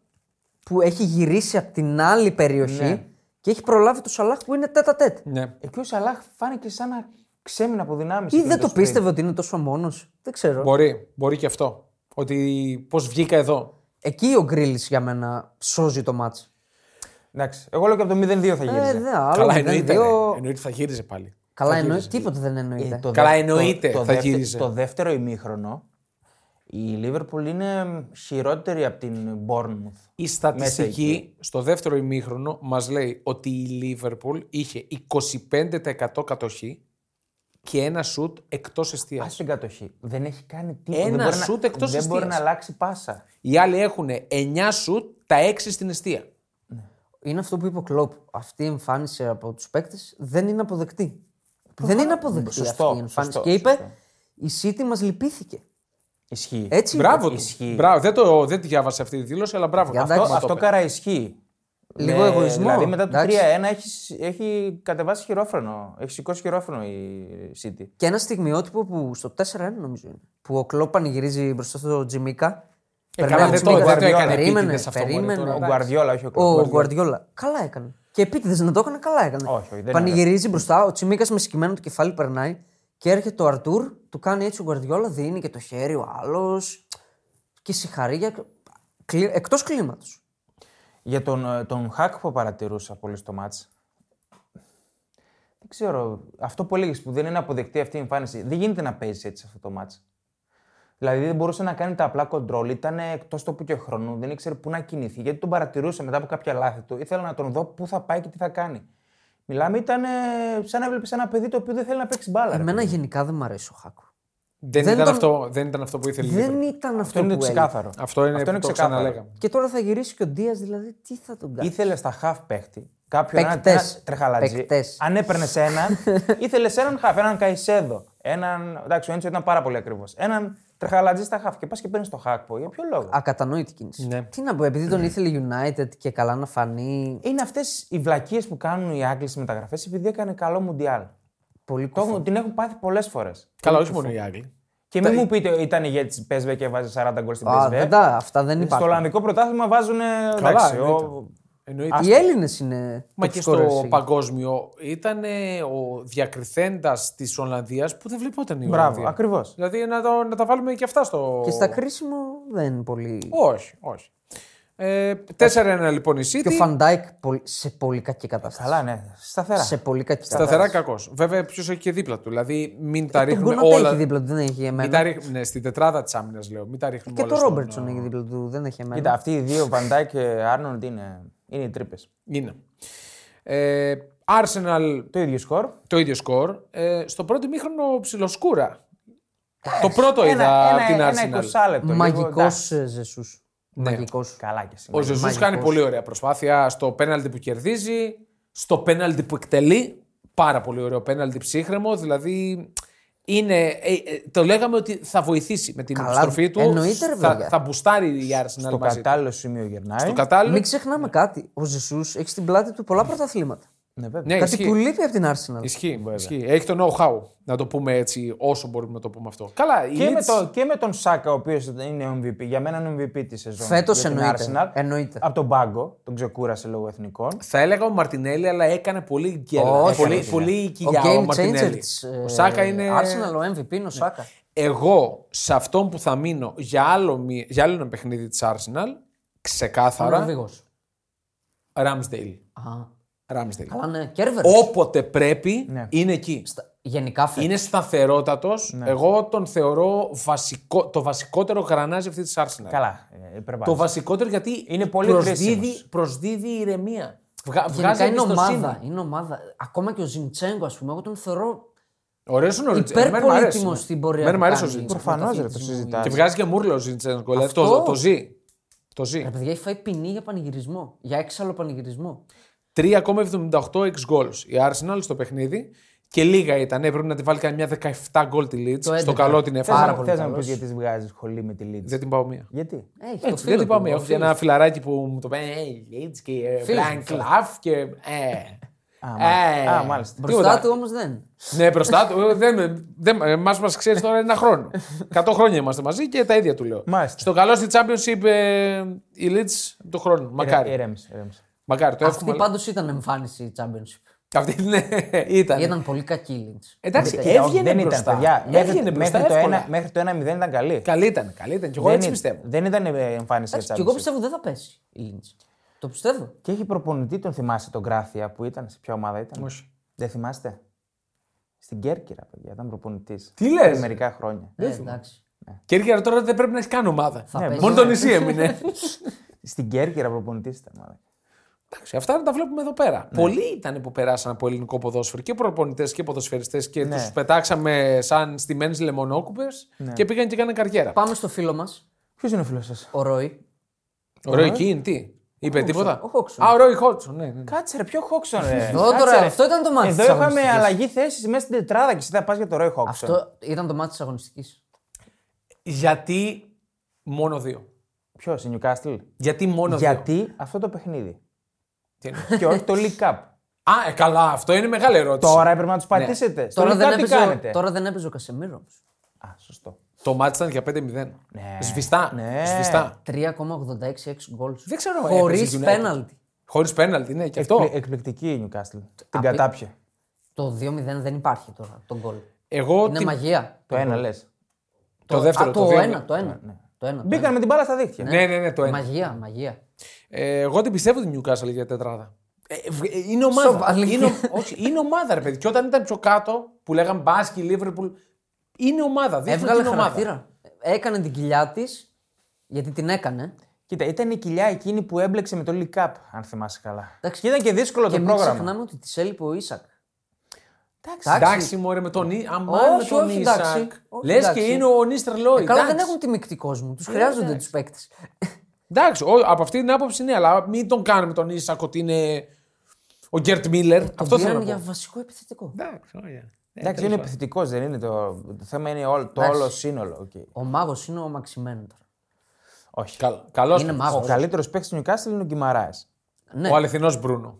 που έχει γυρίσει από την άλλη περιοχή
Ναι.
και έχει προλάβει το Σαλάχ που είναι τέτα τέτ.
Ναι.
Εκεί Ε, ο Σαλάχ φάνηκε σαν να ξέμεινε από δυνάμεις.
Ή δεν το πίστευε ότι είναι τόσο μόνος. Δεν ξέρω.
Μπορεί, μπορεί και αυτό. Ότι πώς βγήκα εδώ.
Εκεί ο Γκρίλ για μένα σώζει το μάτσο.
Εντάξει. Εγώ λέω και από το 0-2 θα γύριζε.
Ε, δε, άλλο
Καλά,
0-2.
εννοείται. ναι. Εννοείται θα γύριζε πάλι.
Καλά
Θα
εννοείς.
γύριζε.
Τίποτα δεν εννοείται.
Ε, το
Καλά,
δε-
εννοείται, θα
δεύτερο-
γύριζε.
Το δεύτερο ημίχρονο Η Λίβερπουλ είναι χειρότερη από την Bournemouth.
Η
Μέσα εκεί.
στατιστική στο δεύτερο ημίχρονο μας λέει ότι η Λίβερπουλ είχε 25% κατοχή και ένα σουτ εκτός
Α
εστία.
την κατοχή. Δεν έχει κάνει τίποτα.
Ένα
δεν μπορεί να-
σούτ εκτός
Δεν μπορεί
εστίας.
να αλλάξει πάσα.
Οι άλλοι έχουν 9 σουτ, τα 6 στην εστία.
Είναι αυτό που είπε ο Κλοπ. Αυτή η εμφάνιση από τους παίκτες δεν είναι αποδεκτή. Δεν είναι αποδεκτή
Σωστό,
αυτή η εμφάνιση.
σωστό,
και είπε,
σωστό.
η City μας λυπήθηκε.
Ισχύει.
Έτσι. είπε.
Μπράβο του.
Ισχύει.
Μπράβο. Δεν, το, δεν τη διάβασα αυτή τη δήλωση, αλλά μπράβο. του.
Για
Αυτό,
εντάξει,
Αυτό,
μα το
αυτό
είπε.
καρά ισχύει.
Λίγο εγωισμό,
Δηλαδή μετά το
εντάξει.
3-1 έχει, έχει κατεβάσει χειρόφρενο. Έχει σηκώσει χειρόφρενο η City.
Και ένα στιγμιότυπο που στο 4-1 νομίζω είναι. Που ο Κλοπ πανηγυρίζει μπροστά στο Τζιμίκα.
Ε,
περνάει
καλά,
ο
δεν το,
Τζιμίκα,
δεν το έκανε
περίμενε,
επίτηδε αυτό. μωρέ,
περίμενε.
τώρα,
Ο
Ο
εντάξει.
Γκουαρδιόλα, όχι ο Κλοπ.
Ο
Guardiola.
Γκουαρδιόλα. Καλά έκανε. Και επίτηδες να το έκανε, καλά έκανε.
Όχι, όχι, δεν
Πανηγυρίζει μπροστά, ο Τσιμίκα με σκυμμένο το κεφάλι περνάει και έρχεται ο Αρτούρ, του κάνει έτσι ο Γκουαρδιόλα, δίνει και το χέρι ο άλλος. Και συγχαρήκια. Εκτός κλίματος.
Για τον, ε, τον Χακ που παρατηρούσα πολύ στο μάτς. Δεν ξέρω. Αυτό που έλεγες που δεν είναι αποδεκτή αυτή η εμφάνιση. Δεν γίνεται να παίζει έτσι αυτό το μάτς. Δηλαδή δεν μπορούσε να κάνει τα απλά κοντρόλ. Ήταν εκτός τόπου και χρόνου. Δεν ήξερε πού να κινηθεί. Γιατί τον παρατηρούσα μετά από κάποια λάθη του. Ήθελα να τον δω πού θα πάει και τι θα κάνει. Μιλάμε, ήταν σαν να βλέπει ένα παιδί το οποίο δεν θέλει να παίξει μπάλα. ρε
Εμένα
παιδί.
γενικά δεν μ' αρέσει ο Χάκο.
Δεν,
Δεν
ήταν
τον-
αυτό, δεν ήταν αυτό που ήθελε η Λίβερπουλ.
Δεν ήταν αυτό,
Αυτό είναι
που έλεγε.
ξεκάθαρο.
Αυτό είναι, που το
ξεκάθαρο.
ξαναλέγαμε.
Και τώρα θα γυρίσει και ο Ντίας, δηλαδή τι θα τον κάνει.
Ήθελε στα half παίχτη. Κάποιον ένα
Παίκτες.
τρα- τρεχαλατζή.
Παίκτες.
Αν έπαιρνε
[laughs]
έναν, ήθελες έναν half, έναν Καϊσέδο. Έναν. Εντάξει, ο Έντσο ήταν πάρα πολύ ακριβώ. Έναν τρεχαλατζή στα half. Και πας και παίρνεις το χάκπο. Για ποιο λόγο.
Ακατανόητη κίνηση.
Ναι.
Τι να πω, επειδή τον ήθελε η United και καλά να φανεί.
Είναι αυτές οι βλακίες που κάνουν οι Άγγλοι στις μεταγραφές επειδή έκανε καλό Μουντιάλ.
Πολύ
Το
κουφό.
έχουν, την έχουν πάθει πολλές φορές.
Καλά, όχι μόνο οι Άγγλοι.
Και μην μου πείτε ήταν ηγέτη τη Πέσβε και βάζει 40 γκολ στην
Α, δεν
Πέσβε.
τα, αυτά δεν
Στο
υπάρχουν.
Ολλανδικό πρωτάθλημα βάζουν. Εντάξει, ο-
εννοείται. Εννοείται.
Οι Έλληνες είναι.
Μα
top
και
scorers
στο
εκεί.
παγκόσμιο ήταν ο διακριθέντας της Ολλανδίας που δεν βλεπόταν η
Μπράβο,
Ολλανδία.
ακριβώς.
Δηλαδή να, το, να τα βάλουμε και αυτά στο.
Και στα κρίσιμο δεν είναι πολύ.
Όχι, όχι. Ε, 4-1 λοιπόν η
Και ο
City.
Φαντάικ σε πολύ κακή κατάσταση.
Καλά, ναι. Σταθερά.
Σε πολύ κακή
Σταθερά κακός. Βέβαια, ποιος έχει και δίπλα του. Δηλαδή, μην τα
κατάσταση. Τον
ρίχνουμε
Κουνατά έχει
όλα.
δίπλα του, δεν έχει εμένα.
Μην τα ρίχνουμε, ναι, στην τετράδα της άμυνας λέω. Μην τα ρίχνουμε
Και
όλα.
το
στον- ε,
Ρόμπερτσον έχει δίπλα του, δεν έχει εμένα.
Κοίτα, αυτοί οι δύο, Βαντάικ και Άρνοντ, είναι, είναι οι τρύπες.
Είναι. Ε, Arsenal
Το ίδιο σκορ.
το ίδιο σκορ. Ε, στο πρώτο μήχρονο ψιλοσκούρα. το πρώτο είδα
ένα,
την
ένα,
Arsenal.
20 λεπτό.
Μαγικό
Μαγικός.
Ζεσούς.
Ναι.
Μαγικός.
Καλά και Ναι,
Ο
σήμερα.
Ζεζού
μαγικός.
κάνει πολύ ωραία προσπάθεια στο πέναλτι που κερδίζει, στο πέναλτι που εκτελεί. Πάρα πολύ ωραίο πέναλτι ψύχρεμο. Δηλαδή είναι, ε, ε, το λέγαμε ότι θα βοηθήσει με την
Καλά,
επιστροφή του.
εννοείται, ρε,
θα,
παιδιά.
θα μπουστάρει η Arsenal
Στο
μαζί. του.
κατάλληλο σημείο γυρνάει.
Στο κατάλληλο.
Μην ξεχνάμε κάτι. Ο Ζεσούς έχει στην πλάτη του πολλά πρωταθλήματα.
Ναι, βέβαια.
Ναι,
Κάτι
ισχύει.
που λείπει από την Arsenal.
Ισχύει, ισχύει. Έχει το know-how, να το πούμε έτσι όσο μπορούμε να το πούμε αυτό. Καλά, η
Και, με
Leeds-
το, και με τον Σάκα, ο οποίος είναι MVP. Για μένα είναι MVP της σεζόν.
Φέτος
για την
εννοείται.
Arsenal.
Εννοείται.
Από τον πάγκο, τον ξεκούρασε λόγω εθνικών.
Θα έλεγα ο Μαρτινέλη, αλλά έκανε πολύ γκέλα.
Όχι,
πολύ,
όχι, ναι.
πολύ
Ο
κοιλιά ο, ε,
game changer
Μαρτινέλη.
της
ο Σάκα είναι.
Arsenal, ο MVP
Ναι.
είναι ο Σάκα.
Εγώ σε αυτόν που θα μείνω για άλλο, μη- για άλλο ένα παιχνίδι της Arsenal,
Ο
ξεκάθαρα
Νορβηγό.
Ramsdale.
Καλά,
Ramsdale.
ναι, Κέρβερ.
Όποτε πρέπει
Ναι.
είναι εκεί.
Στα- Γενικά φέτος.
Είναι σταθερότατος.
Ναι.
Εγώ τον θεωρώ βασικό, το βασικότερο γρανάζι αυτή της Arsenal.
Καλά. ε, υπερβάλλεις.
Το βασικότερο γιατί
Είναι πολύ
προσδίδει,
χρήσιμος.
προσδίδει ηρεμία. Βγα, βγάζει
Γενικά είναι
εμπιστοσύνη.
ομάδα, είναι ομάδα. Ακόμα και ο Ζιντσέγκο, ας πούμε, εγώ τον θεωρώ
Ωραίος είναι ο Ριτζ- εμένα μου
υπερπολίτημο
αρέσει.
στην στην πορεία.
Εμένα
που
μου αρέσει ο
κάνει.
Ζιντσέγκο.
Προφανώς, ρε, το
Αθλητισμό.
συζητάμε.
Και βγάζει και μούρλο ο Ζιντζένκο. δηλαδή Το, το ζει. Το ζει.
Ρε παιδιά, έχει φάει ποινή για πανηγυρισμό. Για έξαλλο πανηγυρισμό.
3,78 ex goals η Arsenal στο παιχνίδι και λίγα ήταν. Έπρεπε να τη βάλει κανένα 17 γκολ τη Leeds.
Το
Στο
11.
καλό την
Θες
έφαγε.
Πάρα
να
πολύ
θες να μου πεις
καλός.
γιατί βγάζεις σχολή με τη Λίτζ.
Δεν την πάω μία.
Γιατί.
Ε, Έχει το
Έτσι,
φίλο
δεν την πάω
του,
μία.
ο
Έχω
φίλος.
ένα φιλαράκι που μου το είπε Ε, η Leeds και ε,
Φίλος
Brian
μου, φίλος.
Clough και. Ε. Ε.
Α, μάλιστα.
Μπροστά του όμως δεν.
Ναι, μπροστά του. ε, Δεν, δεν, εμάς μας ξέρεις τώρα ένα
[laughs]
χρόνο. 100 χρόνια είμαστε μαζί και τα ίδια του λέω.
Μάλιστα.
Στο καλό στη Championship ε, η Leeds του χρόνου.
Ε,
Μακάρι.
Ηρέμησε, ηρέμησε.
Μακάρι, το
Αυτή
εύχομαι. αλλά-
πάντως ήταν εμφάνιση η Championship.
Αυτή ναι, [laughs] ήταν.
Ήταν πολύ κακή η Ε, Leeds.
Εντάξει,
Δεν-
Ε, έβγαινε
Ε, δεν
μπροστά.
ήταν, παιδιά.
Έβγαινε
Μέχρι,
μπροστά
μέχρι, το
εύκολα.
ένα, μέχρι το 1-0 ήταν καλή.
Καλή ήταν, καλή ήταν. Και εγώ
δεν
έτσι
ήταν-
πιστεύω.
Δεν ήταν ε, εμφάνιση για
Και εγώ
Champions.
πιστεύω δεν θα πέσει η Leeds. Το πιστεύω.
Και έχει προπονητή, τον θυμάσαι τον Γκράθια που ήταν, σε ποια ομάδα ήταν.
Όχι.
Δεν θυμάστε. Στην Κέρκυρα, παιδιά, ήταν προπονητής.
Τι λες?
Μερικά χρόνια.
Ε, εντάξει.
Κέρκυρα τώρα δεν πρέπει να έχεις καν ομάδα. Ναι,
Θα παίζει.
Μόνο το νησί έμεινε.
Στην Κέρκυρα προπονητής ήταν. μάλλον.
Εντάξει, αυτά να τα βλέπουμε εδώ πέρα. Πολλοί ήταν που περάσαν από ελληνικό ποδόσφαιρο και προπονητές και ποδοσφαιριστές και
Ναι.
τους του πετάξαμε σαν στημένε λεμονόκουπε και πήγαν και κάνανε καριέρα.
Πάμε στο φίλο μας,
Ποιος είναι ο φίλος σας.
ο Ρόι.
Ο Ρόι Κίν, τι. Είπε τίποτα.
ο Χόξον.
Α, ο Ρόι Χόξον, ναι, ναι.
Κάτσε ρε, ποιο Χόξον ρε.
Ε,
Εδώ το
Κάτσε,
ρε,
ρε.
αυτό ήταν το μάτι.
Εδώ είχαμε αλλαγή θέση μέσα στην τετράδα και εσύ θα πας για το Ρόι Χόξον.
Αυτό ήταν το μάτι της αγωνιστικής.
Γιατί μόνο δύο.
Ποιος, η Newcastle.
Γιατί μόνο δύο.
Γιατί αυτό το παιχνίδι.
Τι είναι.
και όχι το League [laughs] Cup.
Α, ε, καλά, αυτό είναι μεγάλη ερώτηση.
Τώρα έπρεπε να τους πατήσετε. Στο
Τώρα
League
δεν,
Cup τι
έπαιζε,
κάνετε.
τώρα δεν έπαιζε ο Κασεμίρος όμως.
Α, σωστό.
Το μάτι ήταν για 5-0.
Ναι.
Σβηστά.
Ναι.
Σβηστά.
3,86 γκολ.
Δεν ξέρω αν έπαιζε
Χωρίς
United.
πέναλτι.
Χωρίς πέναλτι, ναι, και αυτό.
Εκπλη, εκπληκτική η Newcastle. Την
Απί-
κατάπιε.
Το 2-0 δεν υπάρχει τώρα το γκολ.
Εγώ
Είναι
την-
μαγεία.
Το ένα λες.
το δεύτερο.
Α, το,
δύο-
ένα, το ένα. Το ένα, το ένα.
Μπήκαν με την μπάλα στα δίχτυα.
Ναι, ναι, ναι, το ένα.
Μαγεία, μαγεία.
Ε, εγώ την πιστεύω την Newcastle για τετράδα. Ε, ε, βγ- ε, είναι ομάδα.
Σοβαρή.
Είναι, ο- όχι, είναι ομάδα, ρε παιδί. Και όταν ήταν πιο κάτω που λέγαν Μπάσκι, Λίβερπουλ. Είναι ομάδα. Δεν
Έβγαλε
είναι ομάδα.
χαρακτήρα. Έκανε την κοιλιά της, γιατί την έκανε.
Κοίτα, ήταν η κοιλιά εκείνη που έμπλεξε με το League Cup, αν θυμάσαι καλά.
Εντάξει.
Και ήταν και δύσκολο
και
το
μην
πρόγραμμα.
ξεχνάμε ότι της έλειπε ο Ισακ.
Εντάξει.
Εντάξει, μωρέ, με τον Ι- αμάν με
Όχι,
τον
όχι, εντάξει.
Ισακ.
Όχι,
Λες και
εντάξει.
είναι ο Νίστρ Λόι.
Ε, Καλά, δεν
εντάξει.
έχουν τιμικτή κόσμο.
Ε,
Του χρειάζονται τους παίκτες.
Εντάξει, ο- από αυτή την άποψη ναι, αλλά μην τον κάνουμε τον Ισακ ότι είναι ο Γκέρτ Μίλλερ. Αυτό
Τον
θέλω
πήραν
να
για
πω. Ναι.
βασικό επιθετικό.
Εντάξει, ωραία.
Εντάξει, είναι επιθετικός, δεν είναι το. Το θέμα είναι όλο, το
Εντάξει.
όλο σύνολο. εκεί.
Ο μάγος είναι ο Μαξιμένο τώρα.
Όχι.
Καλός.
Είναι
Ο
μάγο.
καλύτερος παίκτης του Newcastle είναι ο Γκυμαράε.
Ναι.
Ο αληθινός Μπρούνο.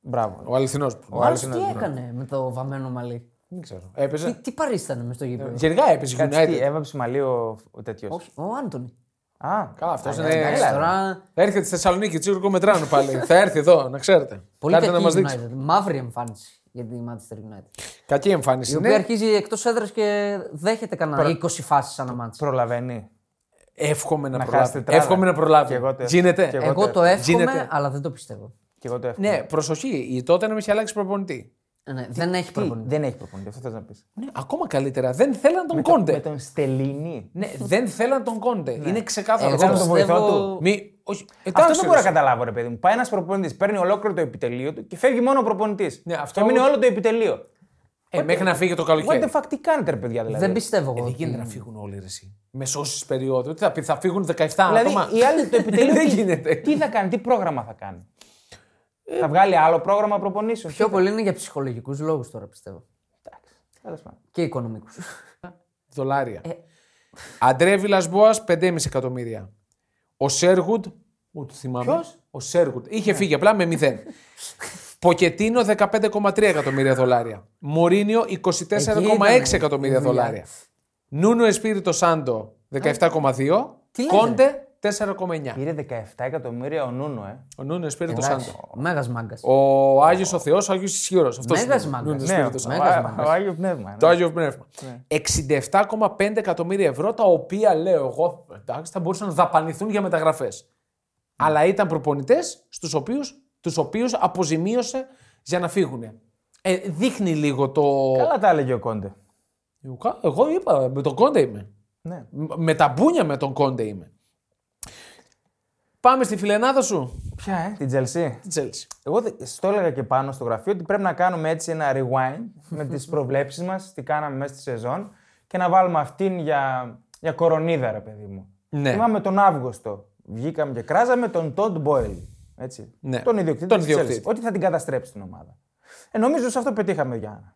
Μπράβο.
Ο αληθινός Μπρούνο.
Ο άλλος τι έκανε με το βαμμένο μαλλί.
Δεν ξέρω.
Τι,
Έπαιζε.
τι παρή ήταν μες στο γήπεδο.
Γενικά έπαιζε
Κάτσε, τι,
United.
έβαψε μαλλί ο, ο τέτοιος.
Όχι, ο Άντωνη.
Α,
Καλά, αυτός
Α,
είναι.
ναι,
Εντάξει,
έλα, ρε.
τώρα.
Θα έρχεται στη Θεσσαλονίκη, τσίγουρκο μετράνου πάλι. θα έρθει εδώ, να ξέρετε.
Πολύ
Κάντε
κακή
να μας δείξει.
United. Μαύρη εμφάνιση για τη Manchester United.
Κακή εμφάνιση
Η οποία
είναι.
αρχίζει εκτός έδρας και δέχεται κανένα 20 φάσεις ανά μάτς.
Προλαβαίνει.
Εύχομαι να,
Να χάσει
προλάβει.
τετράδα.
Εύχομαι να προλάβει.
Κι εγώ το-
Γίνεται.
κι
Εγώ το
το
εύχομαι,
Γίνεται.
αλλά δεν το πιστεύω.
Και εγώ το εύχομαι.
Ναι, προσοχή. Η τότε να έχει αλλάξει προπονητή.
Ε, Ναι, δεν έχει
Τι,
προπονητή.
δεν έχει προπονητή, αυτό θες να πεις.
Ναι, ακόμα καλύτερα. Δεν θέλαν τον
Με Ναι.
Κόντε.
τον Στελίνη.
Ναι, δεν θέλαν τον Κόντε. Είναι ξεκάθαρο.
Εγώ
Θέλαν
τον
τον-
βοηθό
πιστεύω-
Μη... Όχι.
Αυτό
Εντάξει,
δεν μπορώ να
ρε.
καταλάβω, ρε παιδί μου. Πάει ένας προπονητής, παίρni ολόκληρο το επιτελείο του και φεύγει μόνο ο προπονητής.
Ναι, αυτό-
Και μείνει όλο το επιτελείο.
Ε, μέχρι να φύγει το
What
καλοκαίρι.
the fuck, τι κάνετε, ρε παιδιά, δηλαδή.
Δεν πιστεύω εγώ.
ε, Δεν
ότι-
γίνεται να φύγουν όλοι ρε, εσύ. Μεσώσει περίοδου. Τι θα πει, θα φύγουν 17 άτομα.
Δηλαδή, οι άλλοι
[laughs]
το επιτελείο.
Δεν
τι-
γίνεται. Ε,
Τι θα κάνει, τι πρόγραμμα θα κάνει. Θα βγάλει άλλο πρόγραμμα προπονήσεων.
Πιο πολύ είναι για ψυχολογικούς λόγους τώρα πιστεύω.
Εντάξει, τέλος πάντων.
Και οικονομικούς.
δολάρια.
Ε.
Αντρέ Βιλασμπόας 5,5 εκατομμύρια. Ο Σέργουντ. Ούτε θυμάμαι.
Ποιος?
Ο Σέργουντ. Είχε
Ναι.
φύγει απλά με 0. Ποκετίνο 15,3 εκατομμύρια δολάρια. Μωρίνιο 24,6
ήταν
εκατομμύρια
η δουλειά.
δολάρια. Νούνο Εσπίριτο Σάντο 17,2.
Τι λέτε.
Κόντε 4,9.
Πήρε 17 εκατομμύρια ο Νούνο, ε.
Ο Νούνος Εσπίριτο Σάντο.
Μέγας μάγκας.
Ο Άγιος ο Θεός, ο Άγιος Ισχυρός. Αυτός
Μέγας μάγκας. Ναι,
ο,
Μέγας
Άγιος-
μάγκας.
ο Άγιο Πνεύμα. ναι.
Το Άγιο Πνεύμα. 67,5 εκατομμύρια ευρώ τα οποία λέω εγώ εντάξει, θα μπορούσαν να δαπανηθούν για μεταγραφές. Αλλά ήταν προπονητές στους οποίους τους οποίους αποζημίωσε για να φύγουν. Ε, δείχνει λίγο το.
Καλά τα έλεγε ο Κόντε.
Κα- Εγώ είπα, με τον Κόντε είμαι.
Ναι.
Μ- Με τα μπούνια με τον Κόντε είμαι. Πάμε στη φιλενάδα σου,
Ποια, ε, την Τζελσί.
τη Chelsea.
Εγώ δε- στο έλεγα και πάνω στο γραφείο ότι πρέπει να κάνουμε έτσι ένα
[laughs]
rewind με τις προβλέψεις μας, τι κάναμε μέσα στη σεζόν και να βάλουμε αυτήν για, για κορονίδα, ρε παιδί μου.
Ναι.
Θυμάμαι τον Αύγουστο. Βγήκαμε και κράζαμε τον Τόντ Μπόιλ. Έτσι.
Ναι.
Τον ιδιοκτήτη.
Τον
της
ιδιοκτήτη.
Chelsea, Ότι θα την καταστρέψει την ομάδα. Ε, νομίζω σε αυτό πετύχαμε, Γιάννα.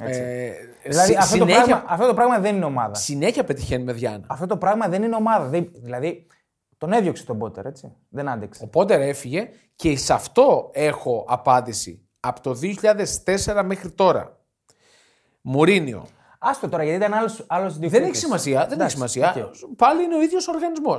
Ε,
Δηλαδή
συ-
αυτό,
συνέχεια,
το πράγμα, αυτό το πράγμα δεν είναι ομάδα.
συνέχεια πετυχαίνουμε Διάννα.
Αυτό το πράγμα δεν είναι ομάδα. Δη- Δηλαδή τον έδιωξε τον Πότερ, έτσι. Δεν άντεξε.
Οπότε έφυγε και σε αυτό έχω απάντηση. Από το 2004 μέχρι τώρα. Μουρίνιο.
Άστο τώρα γιατί ήταν άλλος, άλλος
Δεν
ιδιοκτήτης.
έχει σημασία. Δεν έχει
Εντάξει,
σημασία.
οκ.
Πάλι είναι ο ίδιος οργανισμός.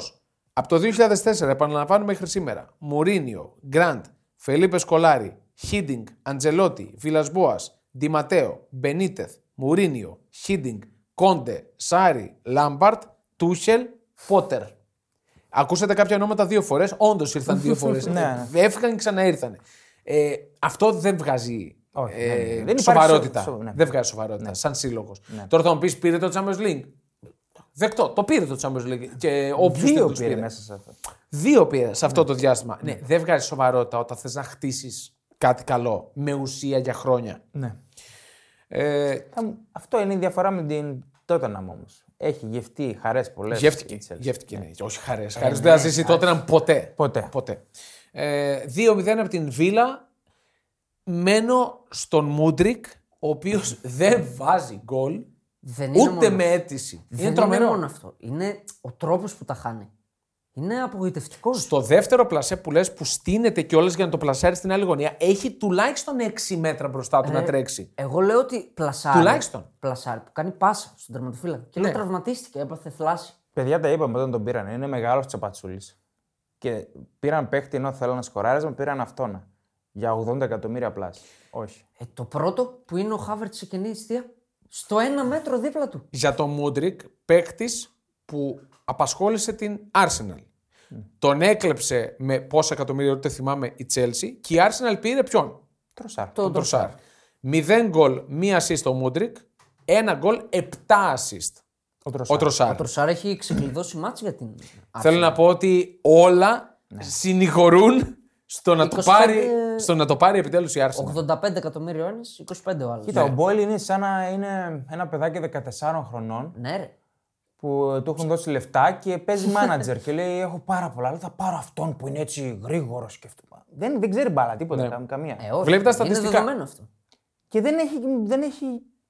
Από το 2004, επαναλαμβάνω μέχρι σήμερα. Μουρίνιο, Γκραντ, Φελίπε Σκολάρη, Χίντινγκ, Αντζελότη, Βιλασμπόα, Ντιματέο, Μπενίτεθ, Μουρίνιο, Χίντινγκ, Κόντε, Σάρι, Λάμπαρτ, Τούχελ, Πότερ. Ακούσατε κάποια ονόματα δύο φορές. Όντως ήρθαν [laughs] δύο φορές.
Ναι,
Έφυγαν και ξαναήρθαν. Ε, αυτό δεν βγάζει
Όχι,
ε,
ναι, ναι. Δεν υπάρχει
σοβαρότητα.
σο- σο- ναι.
Δεν βγάζει σοβαρότητα σαν σύλλογος. Τώρα θα μου πεις πήρε το Champions League. Δεκτό. Το πήρε το Champions League. Και όποιο
Δύο
δεν τους
πήρε,
πήρε.
μέσα σε αυτό.
Δύο πήρε σε αυτό το διάστημα. Ναι, δεν βγάζει σοβαρότητα όταν θες να χτίσεις κάτι καλό με ουσία για χρόνια.
Ναι.
Ε,
Θα μου- Αυτό είναι η διαφορά με την Tottenham όμως. Έχει γευτεί χαρές πολλές.
γεύτηκε. Γεύτηκε, ναι. Όχι χαρές. Χαρέ δεν θα ζήσει τότε να ποτέ.
Ποτέ.
Ποτέ. Ε, 2-0 από την Βίλα. Μένω στον Μούντρικ, ο οποίος δεν βάζει γκολ
Δεν είναι
ούτε
μόνο-
με αίτηση.
Δεν
είναι τρομερό.
μόνο αυτό. Είναι ο τρόπος που τα χάνει. Είναι απογοητευτικός.
Στο δεύτερο πλασέ που λες που στείνεται κιόλας για να το πλασάρεις στην άλλη γωνία, έχει τουλάχιστον 6 μέτρα μπροστά του να τρέξει.
Εγώ λέω ότι πλασάρι.
Τουλάχιστον.
Πλασάρι που κάνει πάσα στον τερματοφύλακα. Και λέω τραυματίστηκε, έπαθε θλάση.
Παιδιά τα είπαμε όταν τον πήραν. Είναι μεγάλος τσαπατσούλης. Και πήραν παίχτη ενώ θέλω να σκοράρισμα, πήραν αυτόνα. Για 80 εκατομμύρια πλάσ. Όχι.
Ε, το πρώτο που είναι ο Χάβερτ σε κενή αιστεία, στο ένα μέτρο δίπλα του.
Για τον Μούντρικ, παίκτης που απασχόλησε την Arsenal. Τον έκλεψε με πόσα εκατομμύρια, ούτε θυμάμαι, η Chelsea και η Arsenal πήρε ποιον.
Τροσάρ.
Τον Τροσάρ. 0 γκολ, 1 assist ο Μούντρικ, 1 γκολ, 7 assist
Ο
ο
Τροσάρ.
Τροσάρ.
Ο Τροσάρα έχει ξεκλειδώσει μάτς για την.
Θέλω να πω ότι όλα συνηγορούν στο να, το
25
πάρει, στο να το πάρει επιτέλους η Arsenal.
85 εκατομμύρια ο ένας, 25 ο άλλος.
Κοίτα,
Ναι.
ο Μπόιλ είναι σαν να είναι ένα παιδάκι 14 χρονών
Ναι, ρε.
που του έχουν δώσει λεφτά και παίζει μάνατζερ και λέει: Έχω πάρα πολλά, αλλά θα πάρω αυτόν που είναι έτσι γρήγορος και αυτό. Δεν, δεν ξέρει μπάλα,
Ναι.
τίποτα. καμ- Καμία.
Ε, όχι.
Βλέπεις τα
Είναι
στατιστικά.
δεδομένο αυτό.
Και δεν έχει, δεν έχει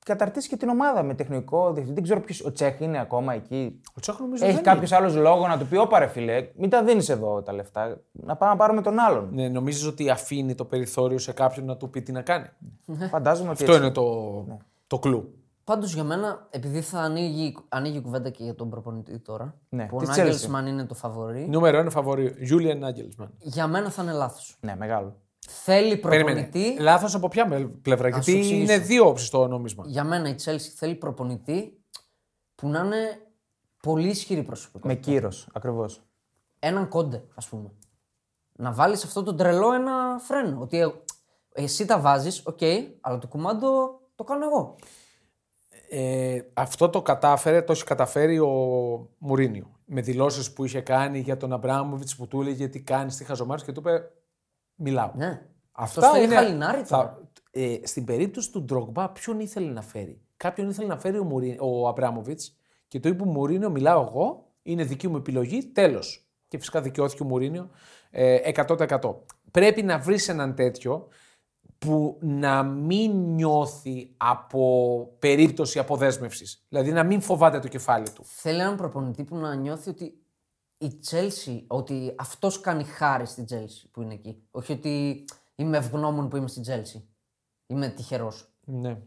καταρτήσει και την ομάδα με τεχνικό διευθυντή. Δεν ξέρω ποιος. Ο Τσέχ είναι ακόμα εκεί.
Ο Τσόχ νομίζω
Έχει
δεν
κάποιος άλλος λόγο να του πει: Ωπαρε φίλε, μην τα δίνεις εδώ τα λεφτά. Να πάμε να πάρουμε τον άλλον.
Ναι, νομίζεις ότι αφήνει το περιθώριο σε κάποιον να του πει τι να κάνει. Ναι.
Φαντάζομαι ότι.
Αυτό
έτσι.
είναι το, το κλου.
Πάντως για μένα, επειδή θα ανοίγει, ανοίγει η κουβέντα και για τον προπονητή τώρα,
Ναι,
που ο
της
Νάγκελσμαν είναι το φαβορή,
Νούμερο ένα φαβορή, Julian Nagelsmann.
για μένα θα είναι λάθος.
Ναι, μεγάλο.
Θέλει
Περίμενε.
προπονητή.
Λάθος από ποια μελ- πλευρά,
σου
γιατί
εξηγήσω.
είναι δύο όψεις το νόμισμα.
Για μένα η Chelsea θέλει προπονητή που να είναι πολύ ισχυρή προσωπικό.
Με κύρος, ακριβώς.
Έναν κόντε, ας πούμε. Να βάλεις σε αυτό το τρελό ένα φρένο. Ότι ε, εσύ τα βάζεις, οκ, αλλά το κουμάντο το κάνω εγώ.
Ε, αυτό το κατάφερε, το έχει καταφέρει ο Μουρίνιο. Με δηλώσεις που είχε κάνει για τον Αμπράμοβιτ που του έλεγε τι κάνεις, τι χαζομάρε και του είπε Μιλάω.
Ναι.
Αυτά
Αυτός θέλει
είναι-
χαλινάρι τώρα.
ε, στην περίπτωση του Ντρογμπά, ποιον ήθελε να φέρει. Κάποιον ήθελε να φέρει ο, Μουρί, ο Αμπράμοβιτ και του είπε Μουρίνιο, μιλάω εγώ, είναι δική μου επιλογή, τέλος. Και φυσικά δικαιώθηκε ο Μουρίνιο ε, 100%. Πρέπει να βρεις έναν τέτοιο που να μην νιώθει από περίπτωση αποδέσμευσης. Δηλαδή να μην φοβάται το κεφάλι του.
Θέλει έναν προπονητή που να νιώθει ότι η Chelsea, ότι αυτός κάνει χάρη στην Chelsea που είναι εκεί. Όχι ότι είμαι ευγνώμων που είμαι στην Chelsea. Είμαι τυχερός.
Ναι.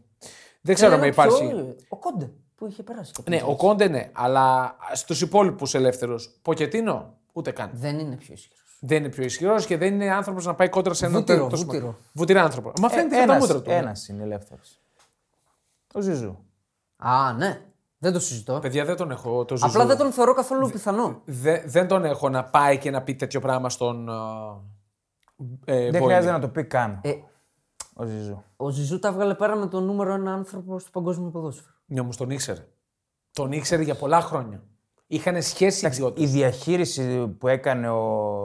Δεν ξέρω αν υπάρχει.
Ε, Ο Κόντε που είχε περάσει. και από
Ναι,
την
ο
Chelsea.
Κόντε ναι, αλλά στους υπόλοιπους ελεύθερους. Ποκετίνο, ούτε καν.
Δεν είναι πιο ισχυρός.
Δεν είναι πιο ισχυρός και δεν είναι άνθρωπος να πάει κόντρα σε έναν
Βούτυρο,
τέτοιο
βούτυρο.
σωμα- Βουτυρά άνθρωπο. Μα φαίνεται από τα μούτρα
Ένα
του.
Ε, ένας είναι ελεύθερος. Ο Ζιζού.
Α, ναι. Δεν το συζητώ.
Παιδιά δεν τον έχω το Ζουζού.
Απλά δεν τον θεωρώ καθόλου πιθανό.
Δε- δεν τον έχω να πάει και να πει τέτοιο πράγμα στον. Ε, ε,
Δεν
Boeing.
χρειάζεται να το πει καν.
Ε,
Ο Ζιζού.
ο Ζιζού τα βγάλε πέρα με τον νούμερο ένα άνθρωπο στο παγκόσμιο ποδόσφαιρο.
Ναι, όμως τον ήξερε. Τον ήξερε για πολλά χρόνια. Είχαν σχέση οι δυο τους.
Η διαχείριση που έκανε ο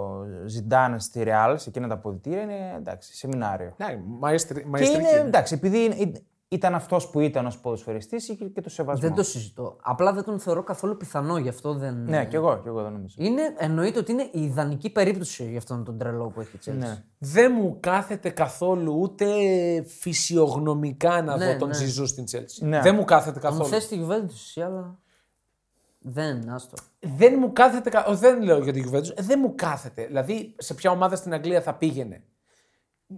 Ζιντάν στη Ρεάλ σε εκείνα τα ποδητήρια είναι εντάξει, σεμινάριο.
Ναι, μαέστρι-
Και
μαέστρικη
είναι
είναι.
εντάξει, επειδή είναι- ήταν αυτός που ήταν ως ποδοσφαιριστής, είχε και το σεβασμό.
Δεν το συζητώ. Απλά δεν τον θεωρώ καθόλου πιθανό, γι' αυτό δεν.
Ναι, κι εγώ, κι εγώ δεν
Ε,
νομίζω.
Είναι, εννοείται ότι είναι η ιδανική περίπτωση για αυτόν τον τρελό που έχει η Chelsea.
Ναι.
Δεν μου κάθεται καθόλου ούτε φυσιογνωμικά να
Ναι,
δω τον
ναι.
Ζιζού στην Τσέλση.
Ναι.
Δεν μου κάθεται
Θα μου
καθόλου.
θες τη Juventus, αλλά. Δεν, άστο.
δεν μου κάθεται. κα- ο, Δεν λέω για την Juventus. Δεν μου κάθεται. Δηλαδή, σε ποια ομάδα στην Αγγλία θα πήγαινε.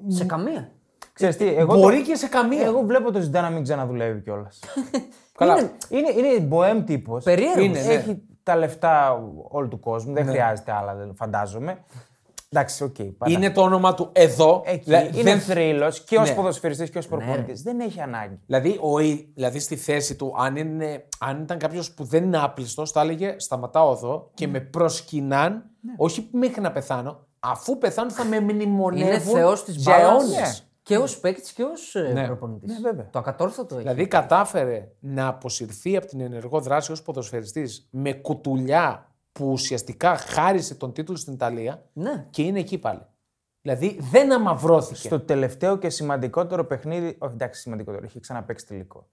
Σε καμία.
Ξέρεις τι, εγώ,
ε, Μπορεί
το-
και σε καμία.
εγώ βλέπω το Ζιντάν να μην ξαναδουλεύει κιόλας.
[laughs] Καλά.
είναι, είναι μποέμ τύπος.
Περίεργος.
Είναι, ναι.
Έχει τα λεφτά όλου του κόσμου, δεν χρειάζεται άλλα, δεν- φαντάζομαι. Εντάξει, οκ. πάντα.
είναι το όνομα του εδώ.
Εκεί,
Δηλα-
είναι
δεν-
θρύλος και ως
Ναι.
ποδοσφαιριστής ποδοσφαιριστή και ως προπονητής. Δεν έχει ανάγκη.
Δηλαδή, ο, Ι- δηλαδή, στη θέση του, αν, είναι, αν ήταν κάποιος που δεν είναι άπλιστος, θα έλεγε Σταματάω εδώ
Ναι.
και με προσκυνάν, όχι μέχρι να πεθάνω, αφού πεθάνω θα με μνημονεύουν.
Είναι θεός της
για
μπάλας.
αιώνες.
Ναι.
Και ως παίκτης και ως
Ναι.
προπονητής.
Ναι, βέβαια.
Το ακατόρθωτο έχει.
Δηλαδή κατάφερε να αποσυρθεί από την ενεργό δράση ως ποδοσφαιριστής με κουτουλιά που ουσιαστικά χάρισε τον τίτλο στην Ιταλία
Ναι.
και είναι εκεί πάλι. Δηλαδή δεν αμαυρώθηκε.
Στο τελευταίο και σημαντικότερο παιχνίδι. Όχι, εντάξει, σημαντικότερο. Είχε ξαναπέξει τελικό.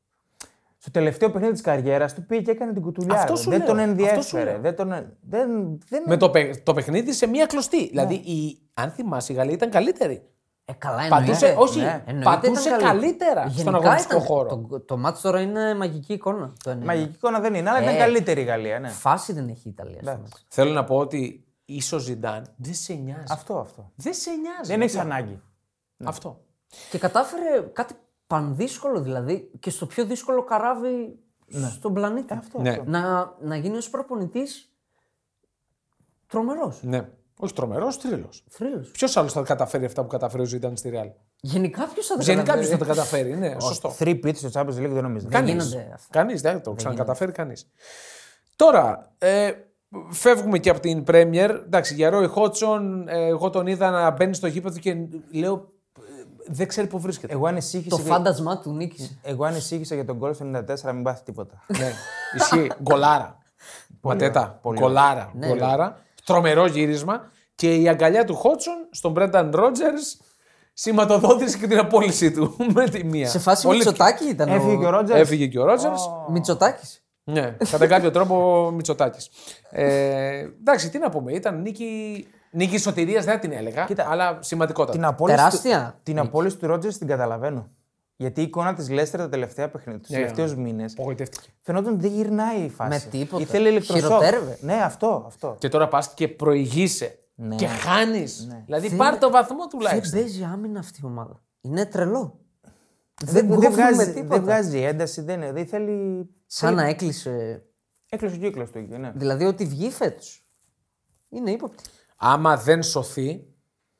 Στο τελευταίο παιχνίδι της καριέρας του πήγε και έκανε την κουτουλιά.
Αυτό
ρε.
σου
δεν
λέω,
τον
αυτό σου
ενδιέφερε.
λέω.
Δεν τον. Δεν, δεν...
Με το, παι- το παιχνίδι σε μία κλωστή. Δηλαδή, η, αν θυμάσαι, η Γαλλία ήταν καλύτερη.
Ε, καλά εννοείται.
Πατούσε, όχι,
ναι. Εννοείται
πατούσε
ήταν καλή.
καλύτερα στον
Γενικά
αγωνιστικό
ήταν-
χώρο.
Το, το μάτς τώρα είναι μαγική εικόνα. Το εννοώ.
Μαγική εικόνα δεν είναι, αλλά ήταν
Ε.
καλύτερη η Γαλλία. Ναι.
Φάση δεν έχει η Ιταλία. στο μάτς.
Θέλω να πω ότι ίσως Ζιντάν δεν σε νοιάζει.
Αυτό, αυτό.
Δεν σε νοιάζει. Ναι.
Δεν έχεις ανάγκη.
Αυτό.
Και κατάφερε κάτι πανδύσκολο δηλαδή και στο πιο δύσκολο καράβι στον πλανήτη.
Ε, Αυτό,
Ναι.
αυτό.
Να, να γίνει ως προπονητής τρομερός.
Ναι. Όχι τρομερό, τρίλο.
Θρύλος.
Ποιος άλλος θα καταφέρει αυτά που καταφέρει ο Ζιντάν στη Ρεάλ.
Γενικά ποιος θα τα
Γενικά ποιο
καταφέρει.
θα τα καταφέρει. Ναι, σωστό.
Three pits στο Champions League δεν νομίζω.
Κάνει.
Κάνει.
Κανείς.
γίνονται αυτά.
Κανείς, δεν το ξανακαταφέρει κανείς. Τώρα, ε, φεύγουμε και από την Πρέμιερ. Εντάξει, για Ρόι Χότσον, ε, εγώ τον είδα να μπαίνει στο γήπεδο και λέω ε, δεν ξέρει που
[laughs]
βρίσκεται.
Εγώ ανησύχησα,
Το
για...
φάντασμά του νίκησε.
Εγώ ανησύχησα για τον κόλ στο 94, μην πάθει τίποτα.
ναι, ισχύει. Γκολάρα. Ματέτα.
πολύ
Γκολάρα.
Ναι,
Γκολάρα. Τρομερό γύρισμα. Και η αγκαλιά του Χότσον στον Μπρένταν Ρότζερ σηματοδότησε και την απόλυσή του. [laughs] με τη μία.
Σε φάση
Πολύ-
Μητσοτάκη ήταν.
Έφυγε και ο Ρότζερ.
Έφυγε και ο Ρότζερ.
Μητσοτάκης.
Ναι, κατά κάποιο τρόπο Μητσοτάκης. Ε, εντάξει, τι να πούμε. Ήταν νίκη, νίκη σωτηρίας δεν την έλεγα, αλλά σημαντικότατα.
Την απόλυση
Τεράστια
Του, την απόλυση του Ρότζερ την καταλαβαίνω. Γιατί η εικόνα της Λέστερ τα τελευταία παιχνίδια, τους
Ναι.
τελευταίου μήνες,
Απογοητεύτηκε.
φαινόταν ότι δεν γυρνάει η φάση.
Με τίποτα.
Ήθελε ηλεκτροσόκ.
Χειροτέρευε.
Ναι, αυτό. αυτό.
Και τώρα πας και προηγείσαι.
Ναι.
Και χάνεις. Δηλαδή
Δεν-
πάρ το βαθμό
Δεν
τουλάχιστον.
παίζει άμυνα αυτή η ομάδα. Είναι τρελό.
Δεν, δεν,
κόβουμε
βγάζει,
τίποτα.
δεν βγάζει ένταση, δεν, είναι- δεν θέλει.
Σαν να έκλεισε.
Έκλεισε ο κύκλος του εκεί. Ναι.
Δηλαδή ότι βγει φέτος. Είναι ύποπτη.
Άμα δεν σωθεί,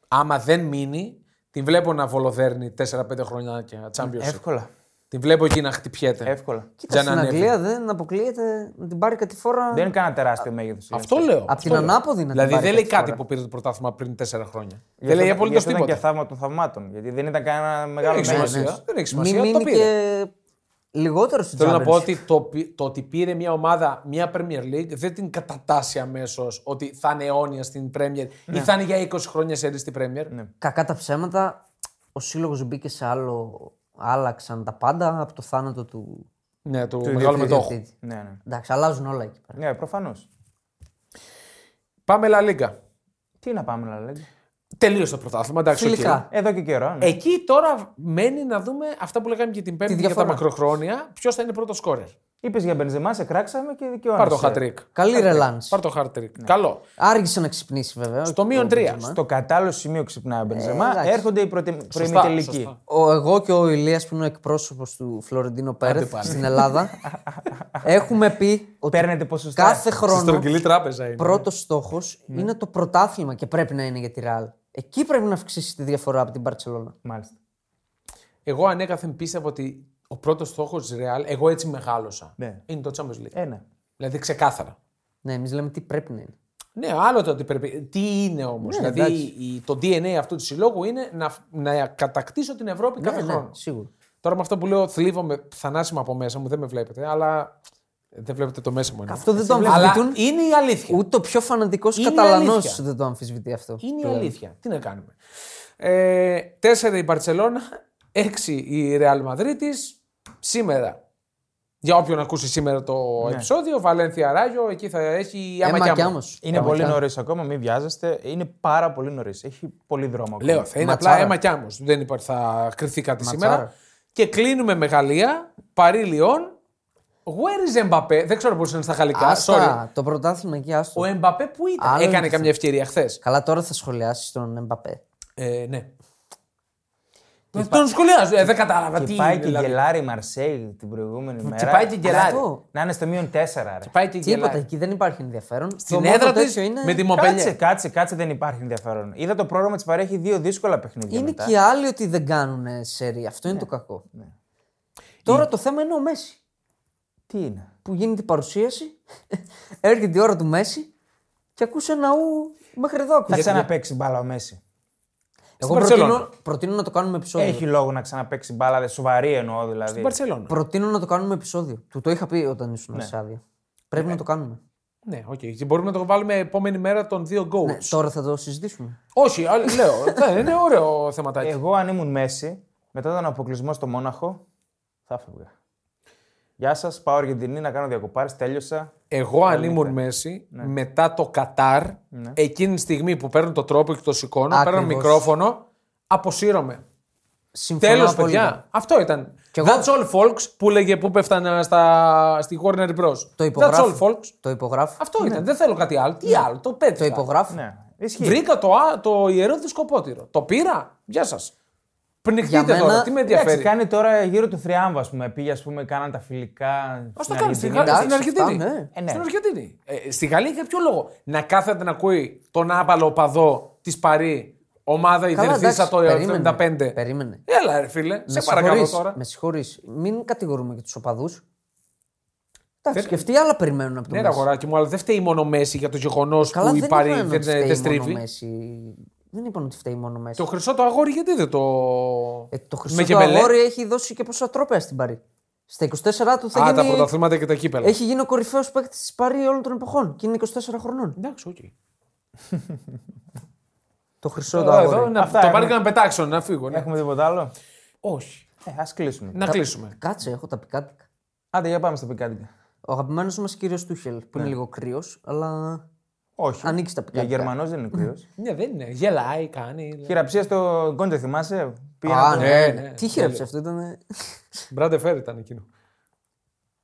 άμα δεν μείνει, την βλέπω να βολοδέρνει 4-5 χρόνια και Champions League.
Εύκολα.
Την βλέπω εκεί να χτυπιέται.
Εύκολα.
Κοίτα,
Για να
στην
ανέβει.
Αγγλία δεν αποκλείεται να την πάρει κάτι φορά.
Δεν είναι κανένα τεράστιο μέγεθος.
Αυτό λέω.
Απ'
αυτό
την
λέω.
ανάποδη να την
Δηλαδή
πάρει
δεν λέει
κάθε
κάτι που πήρε το πρωτάθλημα πριν 4 χρόνια. Δεν λέει απολύτω
Ήταν
τίποτα.
και θαύμα των θαυμάτων. Γιατί δεν ήταν κανένα
Δεν
μεγάλο
έχει
μέγεθος.
σημασία. Δεν έχει
Μην
σημασία. Το
Ναι, μείνει
πήρε.
και λιγότερο στην
Θέλω να πω
Champions.
ότι το, πι- το ότι πήρε μια ομάδα μια Premier League δεν την κατατάσσει αμέσως ότι θα είναι αιώνια στην Premier ή
Ναι.
θα είναι για 20 χρόνια σε στην Premier.
Κακά τα ψέματα, ο σύλλογος μπήκε σε άλλο. Άλλαξαν τα πάντα από το θάνατο του.
Ναι, του μεγάλου
ιδιοκτήτη.
μετόχου.
ιδιοκτήτη.
Ναι, ναι.
Εντάξει, αλλάζουν όλα εκεί πέρα.
ναι προφανώς.
Πάμε La Liga.
Τι να πάμε να λέμε.
Τελείωσε το πρωτάθλημα. Εντάξει,
Φιλικά.
οκ.
Εδώ και καιρό. Ναι.
Εκεί τώρα μένει να δούμε αυτά που λέγαμε και την Πέμπτη για τα
διαφορά.
μακροχρόνια. Ποιος θα είναι πρώτος σκόρερ.
Είπες για Μπενζεμά, σε κράξαμε και δικαιώνεσαι.
Πάρ το χατρίκ.
Καλή ρελάνση.
Πάρ το χατρίκ.
Ναι.
Καλό.
Άργησε να ξυπνήσει βέβαια.
Το μείον τρία.
Στο κατάλληλο σημείο ξυπνάει ο Μπενζεμά,
εντάξει.
έρχονται οι πρωτι... προημιτελικοί.
σωστά.
Ο, εγώ και ο Ηλίας που είναι ο εκπρόσωπος του Φλωρεντίνο Πέρεθ
πάλι.
στην Ελλάδα
[laughs]
έχουμε πει ότι
Παίρνετε ποσοστά.
κάθε
Στη
χρόνο
στρογγυλή τράπεζα είναι.
πρώτος στόχος
Ναι.
είναι το πρωτάθλημα και πρέπει να είναι για τη Ρεάλ. Εκεί πρέπει να αυξήσει τη διαφορά από την Παρσελόνα.
Μάλιστα.
Εγώ ανέκαθεν πίστευα ότι ο πρώτος στόχος της Real, εγώ έτσι μεγάλωσα,
Ναι.
είναι το Champions
Ε.
League.
Ένα.
Δηλαδή ξεκάθαρα.
Ναι, εμείς λέμε τι πρέπει να είναι.
Ναι, άλλο το ότι πρέπει. Τι είναι όμως.
Ναι,
δηλαδή η- το DNA αυτού του συλλόγου είναι να, να κατακτήσω την Ευρώπη Ε, κάθε
ναι, ναι,
χρόνο.
σίγουρα.
Τώρα με αυτό που λέω θλίβομαι θανάσιμα από μέσα μου, δεν με βλέπετε, αλλά δεν βλέπετε το μέσα μου. εννοώ.
Αυτό δεν το
Αλλά
αμφισβητούν.
είναι η αλήθεια.
Ούτε ο πιο φανατικός
Είναι η
Καταλανός
αλήθεια.
δεν το αμφισβητεί αυτό.
Είναι η αλήθεια. Τι να κάνουμε. Ε, τέσσερα η Μπαρσελόνα, έξι η Ρεάλ Μαδρίτη. Σήμερα. Για όποιον ακούσει σήμερα το επεισόδιο, Βαλένθια Ράγιο, εκεί θα έχει άμα
Έμα
κι
Ναι. κι
άμα.
άμο.
Είναι πολύ νωρίς ακόμα, μην βιάζεστε. Είναι πάρα πολύ νωρίς. Έχει πολύ δρόμο ακόμα.
Λέω, θα είναι
Ε, Ματσάρα.
απλά αίμα κι άμμος. Δεν υπάρχει, θα κρυφτεί κάτι
Ματσάρα.
σήμερα. Και κλείνουμε με Γαλλία, Παρί Λιόν. Where is Mbappé? Δεν ξέρω πώς είναι στα γαλλικά. Sorry.
το πρωτάθλημα εκεί, άστο.
Ο Mbappé που ήταν.
Άλλο είναι
Έκανε
αυτό.
καμιά ευκαιρία χθες.
Καλά, τώρα θα σχολιάσεις τον Εμπαπέ.
Ε, ναι. Τον- Τον σχολιάζω. Ε, δεν κατάλαβα τι.
Και πάει
είναι,
και
δηλαδή.
γελάρει η Μαρσέη την προηγούμενη μέρα.
πάει και γελάρει.
Αυτό.
Να είναι στο μείον 4. Ρε.
Πάει και
Τίποτα,
γελάει.
εκεί δεν υπάρχει ενδιαφέρον.
Στην έδρα της
είναι...
με τη
Κάτσε,
Μοπελιέ.
κάτσε, κάτσε, δεν υπάρχει ενδιαφέρον. Είδα το πρόγραμμα της παρέχει δύο δύσκολα παιχνίδια.
Είναι
μετά.
και οι άλλοι ότι δεν κάνουν σερή. Αυτό
Ναι.
είναι το κακό. Τώρα το θέμα είναι ο Μέση.
Τι είναι.
Που γίνεται η παρουσίαση, [laughs] έρχεται η ώρα του Μέση και ακούσε ένα ου μέχρι εδώ.
Θα
ακούγεται.
ξαναπέξει μπάλα ο Μέση.
Εγώ
Μπαρτσελόνα.
προτείνω, προτείνω να το κάνουμε επεισόδιο.
Έχει λόγο να ξαναπέξει μπάλα, δε- σοβαρή εννοώ δηλαδή.
Στην Παρσελόνα.
Προτείνω να το κάνουμε επεισόδιο. Του το είχα πει όταν ήσουν σε άδεια. Πρέπει να το κάνουμε.
Ναι, οκ. Και μπορούμε να το βάλουμε επόμενη μέρα των δύο goals.
Ναι, τώρα θα το συζητήσουμε.
Όχι, α, λέω. ναι, είναι ωραίο θεματάκι.
Ε,
Εγώ αν ήμουν Μέση, μετά τον αποκλεισμό στο Μόναχο, θα φεύγα. Γεια σας, πάω Αργεντινή να κάνω διακοπάρες, τέλειωσα.
Εγώ, αν ήμουν μέση,
Ναι.
μετά το Κατάρ, εκείνη τη στιγμή που παίρνω το τρόπο και το σηκώνω, παίρνω
Ακριβώς.
μικρόφωνο, αποσύρωμαι.
Συμφωνώ
Τέλος,
απόλυτα.
παιδιά. Αυτό ήταν.
εγώ-
That's all, folks, που λέγε που πέφτανα στα... στη Warner Bros.
Το
That's all,
υπογράφω.
folks.
Το υπογράφω.
Αυτό ήταν. Δεν θέλω κάτι άλλο. Τι άλλο, το πέτυχα.
Το υπογράφω.
Ναι, ισχύει.
Βρήκα το, α- το ιερό δισκοπότηρο. Το πήρα. Γεια σας. Πνιχτείτε
Για μένα-
τώρα, τι με
Εντάξει,
ενδιαφέρει.
κάνει τώρα γύρω του θριάμβα, ας πούμε. Πήγε, ας πούμε, κάναν τα φιλικά.
Ας το
στην
κάνει στην, Γα-
Αργεντινή.
στην
Εντάξει,
Αργεντινή.
αυτά, ναι.
Ε, ναι.
Στην Αργεντινή. Ε, στη Γαλλία για ποιο λόγο να κάθεται να ακούει τον άμπαλο οπαδό της Παρή, ομάδα ιδρυθήσα το 1975.
Περίμενε.
Έλα, ρε φίλε, σε
Με
παρακαλώ
συγχωρείς,
τώρα.
με συγχωρείς. Μην κατηγορούμε και τους οπαδούς. Εντάξει,
Δεν-
και αυτοί άλλα περιμένουν από το
Ναι, ρε
Μέση.
αγοράκι μου, αλλά δεν φταίει μόνο ο Μέση για το γεγονός
Καλά,
που η
δεν
Παρή
είπαν
δεν,
ότι
δεν,
φταίει μόνο ο
στρίβει.
Μέση. Δεν είπαν ότι φταίει μόνο ο Μέση.
Το χρυσό το αγόρι, γιατί δεν το.
Ε, το
Με
χρυσό το
γεμελέ.
αγόρι έχει δώσει και πόσα τρόπια στην Παρή. Στα 24 του θα
Α, τα
γίνει...
πρωταθλήματα και τα κύπελα.
έχει γίνει ο κορυφαίος παίκτης της Παρή όλων των εποχών και είναι 24 χρονών.
Εντάξει, οκ.
Το χρυσό το
Εδώ, εδώ,
αγόρι.
να,
Αυτά
το
έχουμε.
πάρει και να πετάξω, να φύγω. ναι.
Έχουμε τίποτα άλλο.
Όχι.
Ε, ας κλείσουμε.
Να κλείσουμε.
Κάτσε, έχω τα πικάτικα.
Άντε, για πάμε στα πικάντικα.
Ο αγαπημένος μας κύριος Τούχελ, που είναι
Ναι.
λίγο κρύος, αλλά
Όχι.
ανοίξεις τα
Για
πικάτικα.
Γερμανός δεν είναι κρύος.
Ναι, δεν είναι. Γελάει, κάνει.
Χειραψίας στο Γκόντζε, θυμάσαι. Πήγε
Α,
να
ναι,
το-
ναι,
ναι,
ναι.
Τι χαίρεψε αυτό, ήταν.
Μπράντε φέρ ήταν εκείνο.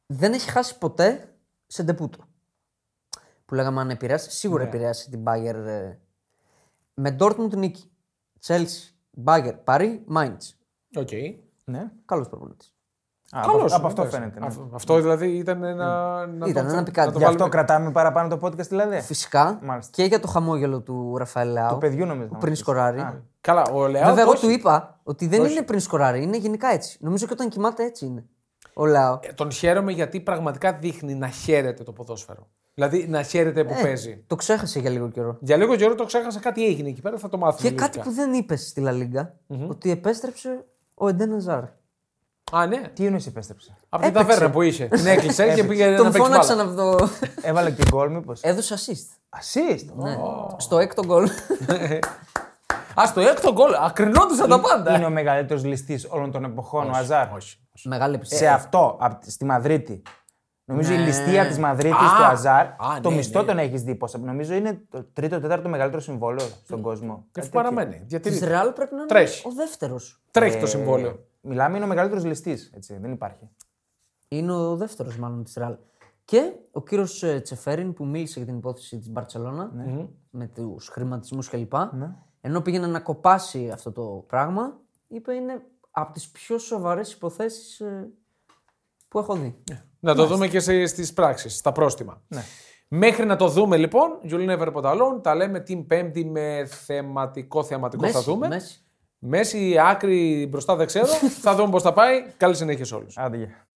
Δεν έχει χάσει ποτέ σε ντεπούτο. Που λέγαμε αν επηρεάσει, σίγουρα επηρεάσει την Bayer. ε. Με Dortmund νίκη. Chelsea, Bayer, Paris, Mainz.
Οκ.
Ναι.
Καλός προπονητής.
Α,
Καλώς,
από, από αυτό
εντάξει.
φαίνεται. Ναι.
Αυτό- Αυτό δηλαδή ήταν ένα. να
Ήταν
το-
ένα
να
πικάντικο.
το
Γι' αυτό
βάλουμε-
κρατάμε παραπάνω το podcast, δηλαδή.
Φυσικά
Μάλιστα.
και για το χαμόγελο του Ραφαέλ Λεάου.
Του παιδιού νομίζω.
Πριν σκοράρει. Ε,
Α,
Καλά, ο Λεάο.
Βέβαια, εγώ
Ε, όχι.
του είπα ότι δεν είναι πριν σκοράρει, είναι γενικά έτσι. Νομίζω και όταν κοιμάται έτσι είναι. Ο Λεάου.
Ε, Τον χαίρομαι γιατί πραγματικά δείχνει να χαίρεται το ποδόσφαιρο. Δηλαδή να χαίρεται
Ε.
που παίζει.
Το ξέχασε για λίγο καιρό.
Για λίγο καιρό το ξέχασα, κάτι έγινε εκεί πέρα, θα το μάθουμε.
Και κάτι
λογικά.
που δεν είπες στη Λα Λίγκα, ότι επέστρεψε ο Εντένα Ναζάρ.
Α, ναι.
Τι εννοείς επέστρεψε.
Από την
Έπαιξε.
ταβέρνα που είχε. Την έκλεισε και πήγε να
Τον
παίξει
φώναξαν
μπάλα.
από το.
[laughs] Έβαλε και γκολ, μήπως.
Έδωσε assist.
Ασίστ.
Ε, Ναι. Στο έκτο γκολ.
Α, το έκτο γκολ. Ακρινόντουσαν τα πάντα.
Είναι ο μεγαλύτερος ληστής όλων των εποχών, ο Αζάρ.
Μεγάλη
Σε
Ε,
επιτυχία.
αυτό, απ' τη- στη Μαδρίτη. Νομίζω η ληστεία της Μαδρίτης
Ναι. Α,
του Αζάρ,
α,
το
ναι,
μισθό
ναι.
τον έχεις δει. Πόσα, νομίζω είναι το τρίτο, τέταρτο μεγαλύτερο συμβόλαιο στον κόσμο.
Ε, Και αφού παραμένει.
Τη
Διατηρείται.
ε, Ρεάλ πρέπει να είναι
Τρέχει.
ο δεύτερος.
Τρέχει το
Ε,
συμβόλαιο.
Μιλάμε, είναι ο μεγαλύτερος ληστής. Δεν υπάρχει.
Είναι ο δεύτερος, μάλλον της Ρεάλ. Και ο κύριος Τσεφέριν που μίλησε για την υπόθεση της Μπαρσελόνα
Ναι.
με τους χρηματισμούς κλπ. Ενώ πήγαινε να κοπάσει αυτό το πράγμα, είπε είναι από τις πιο σοβαρές υποθέσεις που έχω δει.
Να το δούμε και στις πράξεις, στα πρόστιμα.
Ναι.
Μέχρι να το δούμε λοιπόν, You'll Never Put Alone, τα λέμε την Πέμπτη με θεματικό θεαματικό θα δούμε.
Μέση. [laughs]
Μέση, άκρη, μπροστά δεν ξέρω. θα δούμε πώς θα πάει. Καλή συνέχεια σε όλους.
Άντε, γεια.